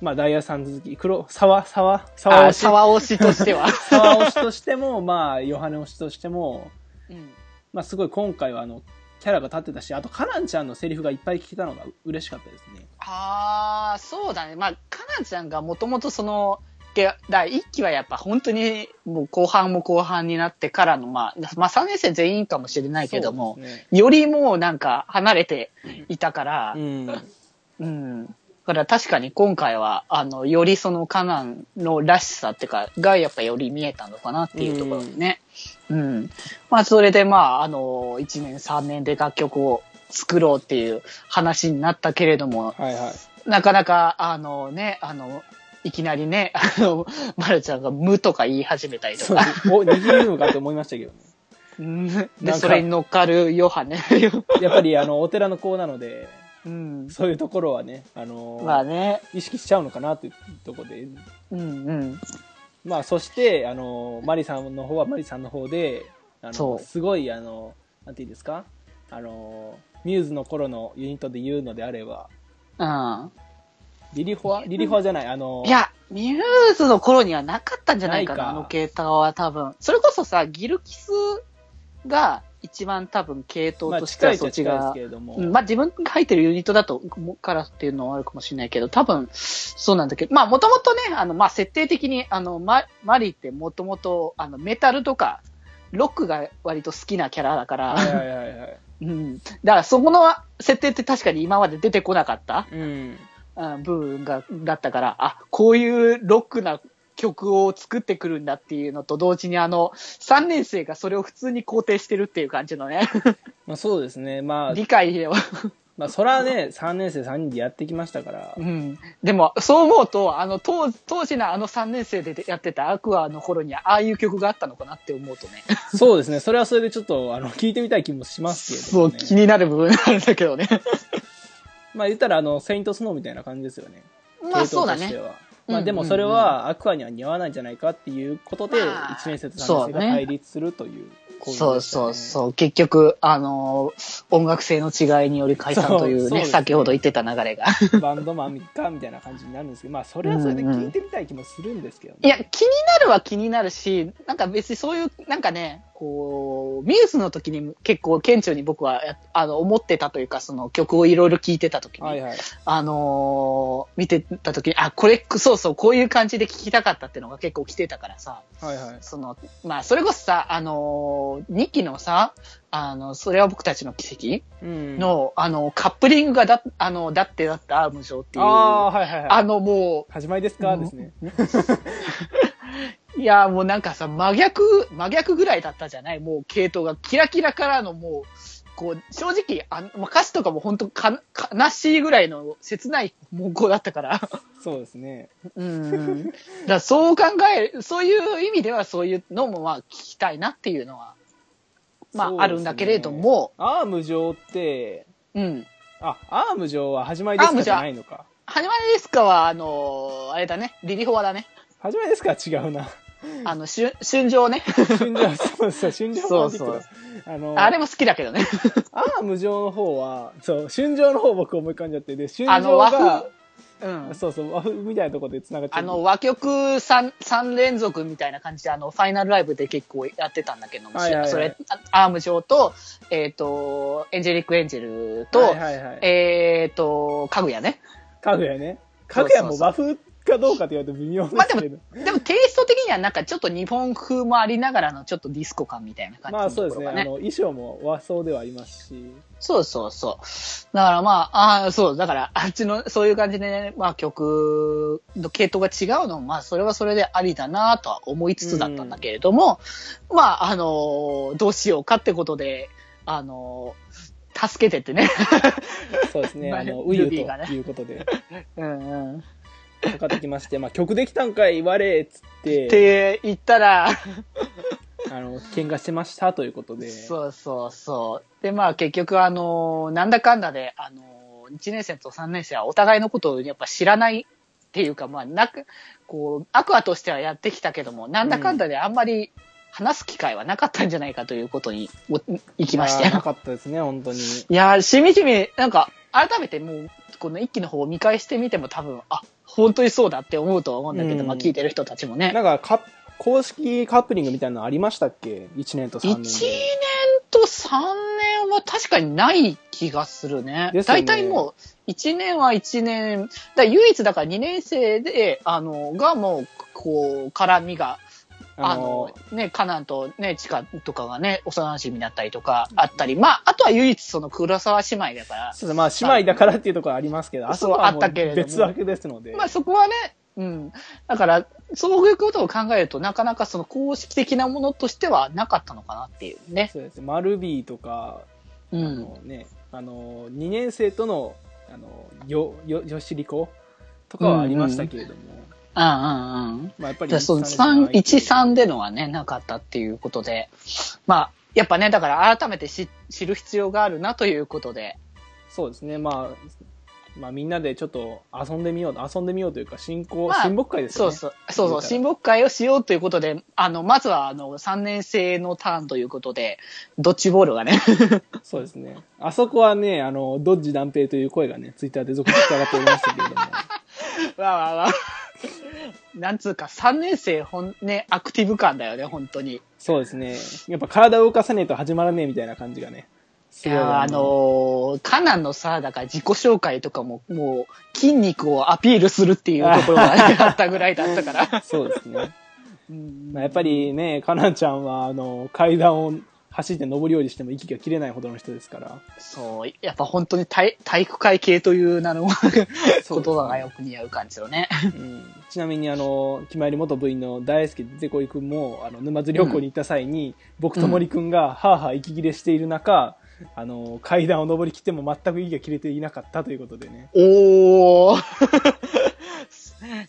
[SPEAKER 1] まあダイヤさん続き黒沢沢沢
[SPEAKER 2] あ
[SPEAKER 1] 推し 沢
[SPEAKER 2] 沢推しとして は。
[SPEAKER 1] 推しとしてもまあヨハネ推しとしても、
[SPEAKER 2] うん
[SPEAKER 1] まあ、すごい今回はあのキャラが立ってたしあとカナンちゃんのセリフがいっぱい聞けたのが嬉しかったですね
[SPEAKER 2] ああ、そうだね。まあ、かなちゃんがもともとその、で第1期はやっぱ本当にもう後半も後半になってからの、まあ、まあ3年生全員かもしれないけども、
[SPEAKER 1] そうですね
[SPEAKER 2] よりもうなんか離れていたから、
[SPEAKER 1] うん
[SPEAKER 2] うん。だから確かに今回は、あの、よりそのカナンのらしさってか、がやっぱより見えたのかなっていうところでね。うん。まあ、それでまあ、あの、1年3年で楽曲を作ろうっていう話になったけれども、
[SPEAKER 1] はいはい
[SPEAKER 2] なかなか、あのね、あの、いきなりね、 あの、まるちゃんが無とか言い始めたりと
[SPEAKER 1] そう
[SPEAKER 2] か、
[SPEAKER 1] お 握るのかと思いましたけどね
[SPEAKER 2] うん
[SPEAKER 1] な
[SPEAKER 2] で、
[SPEAKER 1] んか
[SPEAKER 2] それに乗っかるヨハネ。
[SPEAKER 1] やっぱりあのお寺の子なので
[SPEAKER 2] うん。
[SPEAKER 1] そういうところはね、あのー
[SPEAKER 2] まあね。
[SPEAKER 1] 意識しちゃうのかなというところで、
[SPEAKER 2] うんうん。
[SPEAKER 1] まあ、そして、あのーマリさんの方はマリさんの方で、あの
[SPEAKER 2] そう
[SPEAKER 1] すごい、あのなんていうんですか、あのミューズの頃のユニットで言うのであれば、
[SPEAKER 2] うん。
[SPEAKER 1] リリホアリリホアじゃない、あの
[SPEAKER 2] いや、ミューズの頃にはなかったんじゃないかな、
[SPEAKER 1] ないか
[SPEAKER 2] あの系統は多分。それこそさ、ギルキスが一番多分系
[SPEAKER 1] ま
[SPEAKER 2] 統
[SPEAKER 1] あ、
[SPEAKER 2] として
[SPEAKER 1] 近いっ
[SPEAKER 2] は
[SPEAKER 1] ち
[SPEAKER 2] そっ
[SPEAKER 1] ゃ
[SPEAKER 2] ち
[SPEAKER 1] 近いです
[SPEAKER 2] が
[SPEAKER 1] け。れども、
[SPEAKER 2] うんまあ自分が入ってるユニットだと、からっていうのはあるかもしれないけど、多分、そうなんだけど、まあもともとね、あの、まあ設定的に、あの、ママリーってもともと、あの、メタルとか、ロックが割と好きなキャラだから、
[SPEAKER 1] はいはいはいはい。
[SPEAKER 2] うん。だからそこの設定って確かに今まで出てこなかった
[SPEAKER 1] うん。
[SPEAKER 2] うん部分が、だったから、あ、こういうロックな曲を作ってくるんだっていうのと同時に、あの、3年生がそれを普通に肯定してるっていう感じのね、
[SPEAKER 1] まあ、そうですね。まあ、
[SPEAKER 2] 理解を。
[SPEAKER 1] まあ、そらね、3年生3人でやってきましたから
[SPEAKER 2] う、ん。でも、そう思うと、あの、当当時のあの3年生でやってたアクアの頃に、ああいう曲があったのかなって思うとね、
[SPEAKER 1] そうですね。それはそれでちょっと、あの、聞いてみたい気もしますけ
[SPEAKER 2] そ
[SPEAKER 1] れど
[SPEAKER 2] う、
[SPEAKER 1] も、
[SPEAKER 2] 気
[SPEAKER 1] ね。
[SPEAKER 2] になる部分なんだけど ね。
[SPEAKER 1] まあ、言ったら、あの、セイントスノーみたいな感じですよね。
[SPEAKER 2] まあ、
[SPEAKER 1] 系
[SPEAKER 2] そう
[SPEAKER 1] 統
[SPEAKER 2] だ
[SPEAKER 1] として
[SPEAKER 2] ね。
[SPEAKER 1] は。
[SPEAKER 2] うん
[SPEAKER 1] まあ、でもそれは、アクアには似合わないんじゃないかっていうことで、
[SPEAKER 2] まあ
[SPEAKER 1] 1年生と3年生が対立するという構図でしたね、
[SPEAKER 2] そうそうそう。結局、あのー音楽性の違いにより解散とい
[SPEAKER 1] そう
[SPEAKER 2] う
[SPEAKER 1] そう
[SPEAKER 2] ね、
[SPEAKER 1] ですね
[SPEAKER 2] 先ほど言ってた流れが。
[SPEAKER 1] バンドマンかみたいな感じになるんですけど、まあ、それはそれで聞いてみたい気もするんですけどね。
[SPEAKER 2] いや、気になるは気になるし、なんか別にそういう、なんかね、こう、ミュースの時に結構顕著に僕は、やあの、思ってたというか、その曲をいろいろ聴いてた時に、
[SPEAKER 1] はいはい。
[SPEAKER 2] あのー見てた時に、あ、これ、そうそう、こういう感じで聴きたかったっていうのが結構来てたからさ、
[SPEAKER 1] はいはい。
[SPEAKER 2] その、まあ、それこそさ、あの2期のさ、あの、それは僕たちの奇跡
[SPEAKER 1] うん。
[SPEAKER 2] の、あの、カップリングがだ、あの、だってだったアーム上っていう、
[SPEAKER 1] ああー、はいはいは
[SPEAKER 2] あ
[SPEAKER 1] い。
[SPEAKER 2] の、もう、
[SPEAKER 1] 始まりですかですね。
[SPEAKER 2] いや、もうなんかさ、真逆、真逆ぐらいだったじゃないもう系統が、キラキラからのもう、こう、正直、あまあ歌詞とかも本当か、悲しいぐらいの切ない文句だったから。
[SPEAKER 1] そうですね。
[SPEAKER 2] うん。だからそう考え、そういう意味ではそういうのもまあ聞きたいなっていうのは、ま
[SPEAKER 1] そうです
[SPEAKER 2] あ
[SPEAKER 1] ね
[SPEAKER 2] あるんだけれども、
[SPEAKER 1] アーム上って、
[SPEAKER 2] うん。
[SPEAKER 1] あ、アーム上は始まりですかじゃないのか。
[SPEAKER 2] 始まりですかは、あのーあれだね、リリホアだね。
[SPEAKER 1] 始まりですかは違うな。
[SPEAKER 2] あの、春、春情ね。
[SPEAKER 1] 春情、そうそう、春情ファンフィックだ
[SPEAKER 2] そう
[SPEAKER 1] あの、
[SPEAKER 2] あれも好きだけどね。
[SPEAKER 1] アーム上の方は、そう、春情の方僕思い浮かんじゃって、で、春
[SPEAKER 2] あ
[SPEAKER 1] 情
[SPEAKER 2] の、和
[SPEAKER 1] が
[SPEAKER 2] 風、。 うん。
[SPEAKER 1] そうそう、和風みたいなところで繋がっちゃ
[SPEAKER 2] あ
[SPEAKER 1] う。
[SPEAKER 2] の、和曲 3, 三連続みたいな感じで、あの、ファイナルライブで結構やってたんだけども、
[SPEAKER 1] はいはいはい
[SPEAKER 2] それ、あアーム上と、えっ、と、エンジェリック・エンジェルと、
[SPEAKER 1] はいはいはい。
[SPEAKER 2] えっ、と、かぐやね。
[SPEAKER 1] かぐやね。かぐやも
[SPEAKER 2] そ
[SPEAKER 1] 和風かどうかと言われると微妙で
[SPEAKER 2] まあ
[SPEAKER 1] す
[SPEAKER 2] でも、
[SPEAKER 1] けど。
[SPEAKER 2] でもテイスト的にはなんかちょっと日本風もありながらのちょっとディスコ感みたいな感じ
[SPEAKER 1] ま
[SPEAKER 2] の
[SPEAKER 1] あそう
[SPEAKER 2] と
[SPEAKER 1] です
[SPEAKER 2] ころ
[SPEAKER 1] ね。
[SPEAKER 2] が
[SPEAKER 1] あ
[SPEAKER 2] ね。
[SPEAKER 1] の、衣装も和装ではありますし。
[SPEAKER 2] そうそうそう。だからまあ、ああ、そう、だからあっちの、そういう感じでね、まあ曲の系統が違うのも、まあそれはそれでありだなとは思いつつだったんだけれども、まああの、どうしようかってことで、あの、助けてってね。
[SPEAKER 1] そうですね。
[SPEAKER 2] まあ
[SPEAKER 1] あの、ウ
[SPEAKER 2] ル
[SPEAKER 1] ユ
[SPEAKER 2] ビーがね
[SPEAKER 1] ということで、
[SPEAKER 2] うん うん。っ
[SPEAKER 1] かかってきまして、まあ曲できたんかい、我っつって、
[SPEAKER 2] て言ったら、
[SPEAKER 1] あの、喧嘩してましたということで。
[SPEAKER 2] そうそうそう。で、まあ結局、あの、なんだかんだで、あの、1年生と3年生はお互いのことをやっぱ知らないっていうか、まあ、なく、こう、アクアとしてはやってきたけども、なんだかんだであんまり話す機会はなかったんじゃないかということに、お行きまし
[SPEAKER 1] いやー
[SPEAKER 2] た
[SPEAKER 1] な
[SPEAKER 2] よ。
[SPEAKER 1] かったですね、本当に。
[SPEAKER 2] いやー、しみじみ、なんか、改めてもう、この一期の方を見返してみても多分、あ、本当にそうだって思うとは思うんだけど、
[SPEAKER 1] うん
[SPEAKER 2] まあ聞いてる人たちもね。
[SPEAKER 1] なんかカップ、公式カップリングみたいなのありましたっけ ?1 年と3
[SPEAKER 2] 1
[SPEAKER 1] 年
[SPEAKER 2] 年
[SPEAKER 1] で。
[SPEAKER 2] と3年は確かにない気がするね。
[SPEAKER 1] ですよね
[SPEAKER 2] 大体もう、1年は1年、だ唯一だから2年生で、あの、がもう、こう、絡みが、あ
[SPEAKER 1] あ
[SPEAKER 2] の
[SPEAKER 1] の、、
[SPEAKER 2] ね、カナンとね、チカとかがね、幼馴染だったりとかあったり、まあ、あとは唯一その黒沢姉妹だから、
[SPEAKER 1] そうですまあ、姉妹だからっていうところはありますけど、あそこはも
[SPEAKER 2] そうあったけれど
[SPEAKER 1] う
[SPEAKER 2] も
[SPEAKER 1] 別枠ですので。
[SPEAKER 2] まあそこはね、うん。だから、そういうことを考えると、なかなかその公式的なものとしてはなかったのかなっていうね。
[SPEAKER 1] そうですね。マルビーとか、
[SPEAKER 2] う
[SPEAKER 1] あ
[SPEAKER 2] ん。
[SPEAKER 1] のね、あの、2年生との、あの、よ、よ、よしりことかはありましたけれども、
[SPEAKER 2] うんうんうん。
[SPEAKER 1] まあやっぱり
[SPEAKER 2] じゃあその
[SPEAKER 1] 13
[SPEAKER 2] 3、1、3でのはね、なかったっていうことで、まあ、やっぱね、だから改めてし知る必要があるなということで、
[SPEAKER 1] そうですね、まあ、まあみんなでちょっと遊んでみよう、遊んでみようというか、進行、
[SPEAKER 2] まあ
[SPEAKER 1] 親睦会です
[SPEAKER 2] そ
[SPEAKER 1] よ
[SPEAKER 2] う
[SPEAKER 1] ね。
[SPEAKER 2] そう。そうそう。親睦会をしようということで、あの、まずは、あの、3年生のターンということで、ドッジボールがね。
[SPEAKER 1] そうですね。あそこはね、あの、ドッジ断平という声がね、ツイッターで続々と上がっておりましたけれども。
[SPEAKER 2] わあわあわあ。なんつうか、3年生、ほん、ね、アクティブ感だよね、本当に。
[SPEAKER 1] そうですね。やっぱ体を動かさねえと始まらねえみたいな感じがね。す
[SPEAKER 2] い
[SPEAKER 1] ごい
[SPEAKER 2] やーあのーカナンのさ、だから自己紹介とかも、もう、筋肉をアピールするっていうところが ねあったぐらいだったから。
[SPEAKER 1] そうですね。
[SPEAKER 2] うん
[SPEAKER 1] まあ、やっぱりね、かなちゃんは、あの、階段を走って上り下りしても息が切れないほどの人ですから。
[SPEAKER 2] そう、やっぱ本当に体体育会系という名の
[SPEAKER 1] そう
[SPEAKER 2] 言葉がよく似合う感じのね。
[SPEAKER 1] うんちなみに、あの、決まり元部員の大輔出てこいくんも、あの、沼津旅行に行った際に、僕と森くんが、はあはあ息切れしている中、あの、階段を上りきっても全く息が切れていなかったということでね。
[SPEAKER 2] おー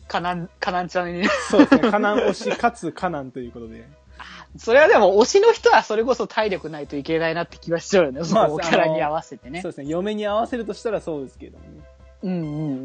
[SPEAKER 2] カナン、カナンちゃんにね。
[SPEAKER 1] そうです ね。カナン推し、かつカナンということで。
[SPEAKER 2] それはでも推しの人はそれこそ体力ないといけないなって気がしちゃうよね。そ
[SPEAKER 1] まあ
[SPEAKER 2] のキャラに合わせてね
[SPEAKER 1] そう。ですね。嫁に合わせるとしたらそうですけれどもね。
[SPEAKER 2] うんう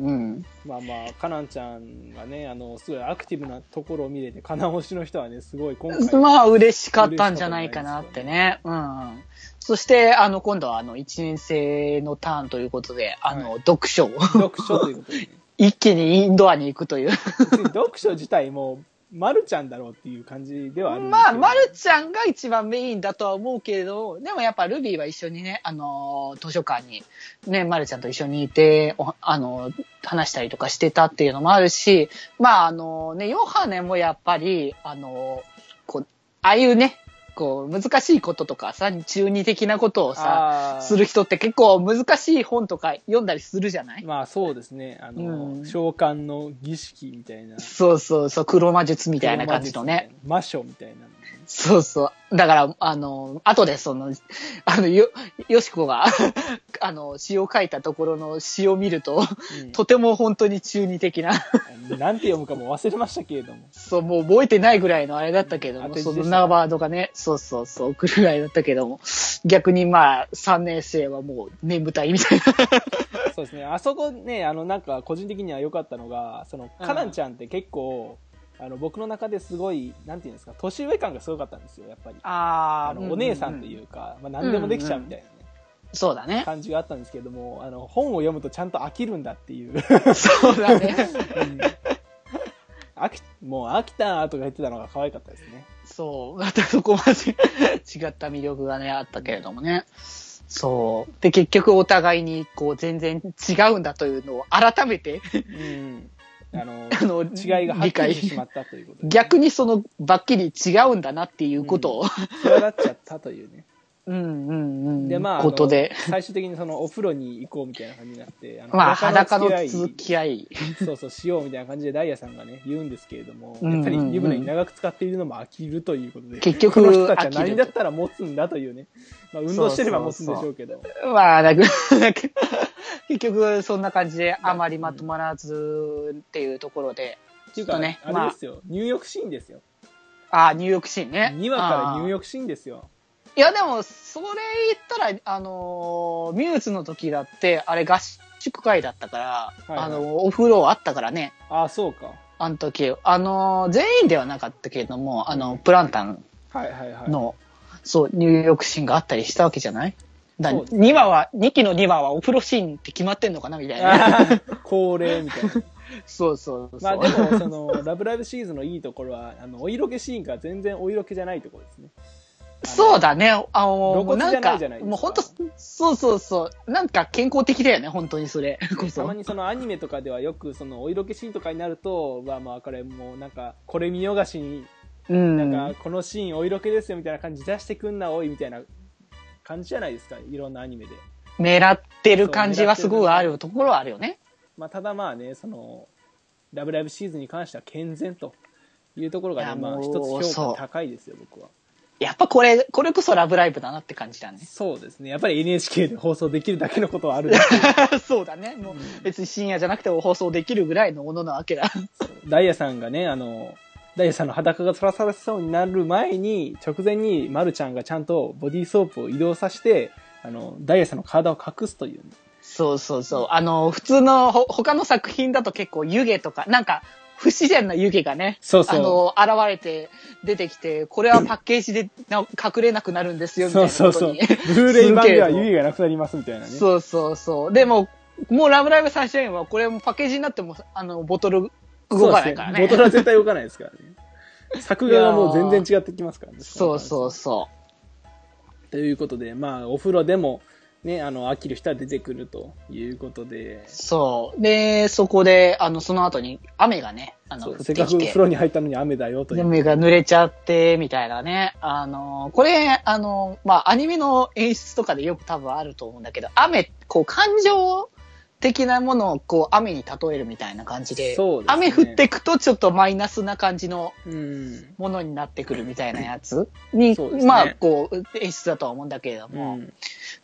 [SPEAKER 2] んうん。
[SPEAKER 1] まあまあ、カナンちゃんがね、あの、すごいアクティブなところを見れて、カナン推しの人はね、すごい今 回。
[SPEAKER 2] まあ、嬉しかったんじゃないかなってね。うんうん。そして、あの、今度は、あの、1年生のターンということで、あの、
[SPEAKER 1] は
[SPEAKER 2] 読書を
[SPEAKER 1] 読書ということで、ね、
[SPEAKER 2] 一気にインドアに行くという。
[SPEAKER 1] 別に読書自体も、まるちゃんだろうっていう感じではあるんですけ
[SPEAKER 2] まあ、
[SPEAKER 1] ど
[SPEAKER 2] まるちゃんが一番メインだとは思うけれど、でもやっぱルビーは一緒にね、あの、図書館に、ね、まるちゃんと一緒にいて、おあの、話したりとかしてたっていうのもあるし、まあ、あの、ね、ヨハネもやっぱり、あの、こう、ああいうね、こう、難しいこととかさ、中二的なことをさ、
[SPEAKER 1] あー
[SPEAKER 2] する人って結構難しい本とか読んだりするじゃない、
[SPEAKER 1] まあそうですね。あの、
[SPEAKER 2] うん
[SPEAKER 1] 召喚の儀式みたいな。み
[SPEAKER 2] そうそうそう、黒魔術みたいな感じのね。。
[SPEAKER 1] 魔書みたいな。
[SPEAKER 2] そうそう。だから、あの、後でその、 あの、よ、よしこが、 あの、詩を書いたところの詩を見ると、
[SPEAKER 1] うん
[SPEAKER 2] とても本当に中二的な、
[SPEAKER 1] なんて読むかも忘れましたけれども。
[SPEAKER 2] そう、もう覚えてないぐらいのあれだったけど
[SPEAKER 1] 当
[SPEAKER 2] も、
[SPEAKER 1] て字
[SPEAKER 2] そ
[SPEAKER 1] で
[SPEAKER 2] の
[SPEAKER 1] したね
[SPEAKER 2] ナワードがね、そうそうそう、ぐらいだったけども、逆にまあ、3年生はもう眠たいみたいな。
[SPEAKER 1] そうですね。あそこね、あの、なんか個人的には良かったのが、その、
[SPEAKER 2] うん
[SPEAKER 1] カナンちゃんって結構、あの、僕の中ですごい、なんていうんですか、年上感がすごかったんですよ、やっぱり。
[SPEAKER 2] あ
[SPEAKER 1] あの、お姉さんというか、まあ何でもできちゃうみたいなね、
[SPEAKER 2] そうだね。
[SPEAKER 1] 感じがあったんですけれども、あの、本を読むとちゃんと飽きるんだっていう。
[SPEAKER 2] そうだね。
[SPEAKER 1] 飽き、もう飽きたとか言ってたのが可愛かったですね。
[SPEAKER 2] そう。またそこまで違った魅力がね、あったけれどもね。そう。で、結局お互いに、こう、全然違うんだというのを改めて、
[SPEAKER 1] うん。あの、
[SPEAKER 2] あの、
[SPEAKER 1] 違いがはっきり
[SPEAKER 2] 理解
[SPEAKER 1] してしまったということで、
[SPEAKER 2] 逆にその、ばっきり違うんだなっていうことを、
[SPEAKER 1] 際立っちゃったというね。
[SPEAKER 2] うん、うん、うん。
[SPEAKER 1] で、まあ、あの
[SPEAKER 2] ことで。
[SPEAKER 1] 最終的にそのお風呂に行こうみたいな感じになって、あの
[SPEAKER 2] まあ、裸の
[SPEAKER 1] 付き合い
[SPEAKER 2] 付き合い。
[SPEAKER 1] そうそう、しようみたいな感じでダイヤさんがね、言うんですけれども、
[SPEAKER 2] うんうんうん
[SPEAKER 1] やっぱり湯船に長く使っているのも飽きるということで、
[SPEAKER 2] 結局
[SPEAKER 1] この人たちは
[SPEAKER 2] 飽き
[SPEAKER 1] 何
[SPEAKER 2] る
[SPEAKER 1] だったら持つんだというね、まあ、運動してれば持つんでしょうけど、
[SPEAKER 2] まあ、なんか、なんか結局、そんな感じで、あまりまとまらずっていうところで、
[SPEAKER 1] っていう
[SPEAKER 2] ち
[SPEAKER 1] か、
[SPEAKER 2] ょっとね
[SPEAKER 1] あれですよ、入浴シーンですよ。
[SPEAKER 2] ああ、入浴シーンね。
[SPEAKER 1] 2話から入
[SPEAKER 2] ああ
[SPEAKER 1] 浴シーンですよ。
[SPEAKER 2] いや、でも、それ言ったら、あのーミューズの時だって、あれ合宿会だったから、
[SPEAKER 1] いはい
[SPEAKER 2] あのーお風呂あったからね、
[SPEAKER 1] ああ、そうか。
[SPEAKER 2] あの時。あのー全員ではなかったけれども、あの、プランタン
[SPEAKER 1] はいはいはい。
[SPEAKER 2] の、そう、入浴シーンがあったりしたわけじゃないだ
[SPEAKER 1] そうです
[SPEAKER 2] 2話は、2期の2話はお風呂シーンって決まってんのかなみたい
[SPEAKER 1] あ
[SPEAKER 2] な。
[SPEAKER 1] ー 恒例みたいな。
[SPEAKER 2] そうそうそう。
[SPEAKER 1] まあでも、その、ラブライブシリーズンのいいところは、あの、お色気シーンが全然お色気じゃないところですね。
[SPEAKER 2] そうだね。あのー、
[SPEAKER 1] 露
[SPEAKER 2] もう
[SPEAKER 1] 骨じゃ
[SPEAKER 2] なん
[SPEAKER 1] ない
[SPEAKER 2] か
[SPEAKER 1] じゃないですか、
[SPEAKER 2] もう本当そうそうそう。なんか健康的だよね、本当にそれ。こ
[SPEAKER 1] たま
[SPEAKER 2] そ。
[SPEAKER 1] にそのアニメとかではよく、その、お色気シーンとかになると、まあまあ、これもうなんか、これ見よがしに、
[SPEAKER 2] うん。
[SPEAKER 1] なんか、このシーンお色気ですよみたいな感じ出してくんな、おい、みたいな感じじゃないですか。いろんなアニメで。
[SPEAKER 2] 狙ってる感じはすごいあるところはあるよね。
[SPEAKER 1] まあ、ただまあね、その、ラブライブシーズンに関しては健全というところが
[SPEAKER 2] いや
[SPEAKER 1] ね、まあ、
[SPEAKER 2] もう
[SPEAKER 1] 一つ
[SPEAKER 2] そ
[SPEAKER 1] 評
[SPEAKER 2] う
[SPEAKER 1] 価高いですよ、僕は。。
[SPEAKER 2] やっぱこれ、これこそラブライブだなって感じだね
[SPEAKER 1] そうですね。やっぱり NHK で放送できるだけのことはあるんですけど
[SPEAKER 2] そうだね。もう別に深夜じゃなくても放送できるぐらいのものなわけだ。
[SPEAKER 1] ダイヤさんがね、あの、ダイヤさんの裸がらされそうになる前に、直前にマルちゃんがちゃんとボディーソープを移動させて、あの、ダイヤさんの体を隠すというね、
[SPEAKER 2] そうそうそう。あの、普通のほ、他の作品だと結構湯気とか、なんか、不自然な湯気がね、
[SPEAKER 1] そうそう
[SPEAKER 2] あの、現れて、出てきて、これはパッケージでな隠れなくなるんですよ、みたい
[SPEAKER 1] そう
[SPEAKER 2] なこと
[SPEAKER 1] そう
[SPEAKER 2] に。
[SPEAKER 1] そう。ブルーレイ版では湯気がなくなりますみたいなね。う。
[SPEAKER 2] そうそうそう。でも、もうラブライブサンシャインは、これもパッケージになっても、あの、ボトル動かないから
[SPEAKER 1] ボ
[SPEAKER 2] ね
[SPEAKER 1] ト。ルは絶対動かないですからね。作画がもう全然違ってきますからね。
[SPEAKER 2] そうそうそ
[SPEAKER 1] ということで、まあ、お風呂でも、ね、あの、飽きる人は出てくるということで
[SPEAKER 2] う。、そう。で、そこで、あの、その後に雨がね、あの、
[SPEAKER 1] そ
[SPEAKER 2] 降
[SPEAKER 1] う
[SPEAKER 2] っ
[SPEAKER 1] せ
[SPEAKER 2] て
[SPEAKER 1] っかく
[SPEAKER 2] き
[SPEAKER 1] お
[SPEAKER 2] て
[SPEAKER 1] 風。呂に入ったのに雨だよという。
[SPEAKER 2] 雨が濡れちゃって、みたいなね。あの、これ、あの、まあ、アニメの演出とかでよく多分あると思うんだけど、雨、こう、感情的なものを、こう、雨に例えるみたいな感じで、
[SPEAKER 1] そうですね
[SPEAKER 2] 雨降ってくと、ちょっとマイナスな感じの
[SPEAKER 1] うん。
[SPEAKER 2] ものになってくるみたいなやつに、
[SPEAKER 1] そうですね
[SPEAKER 2] まあ、こう、演出だとは思うんだけれど
[SPEAKER 1] う
[SPEAKER 2] も、
[SPEAKER 1] ん。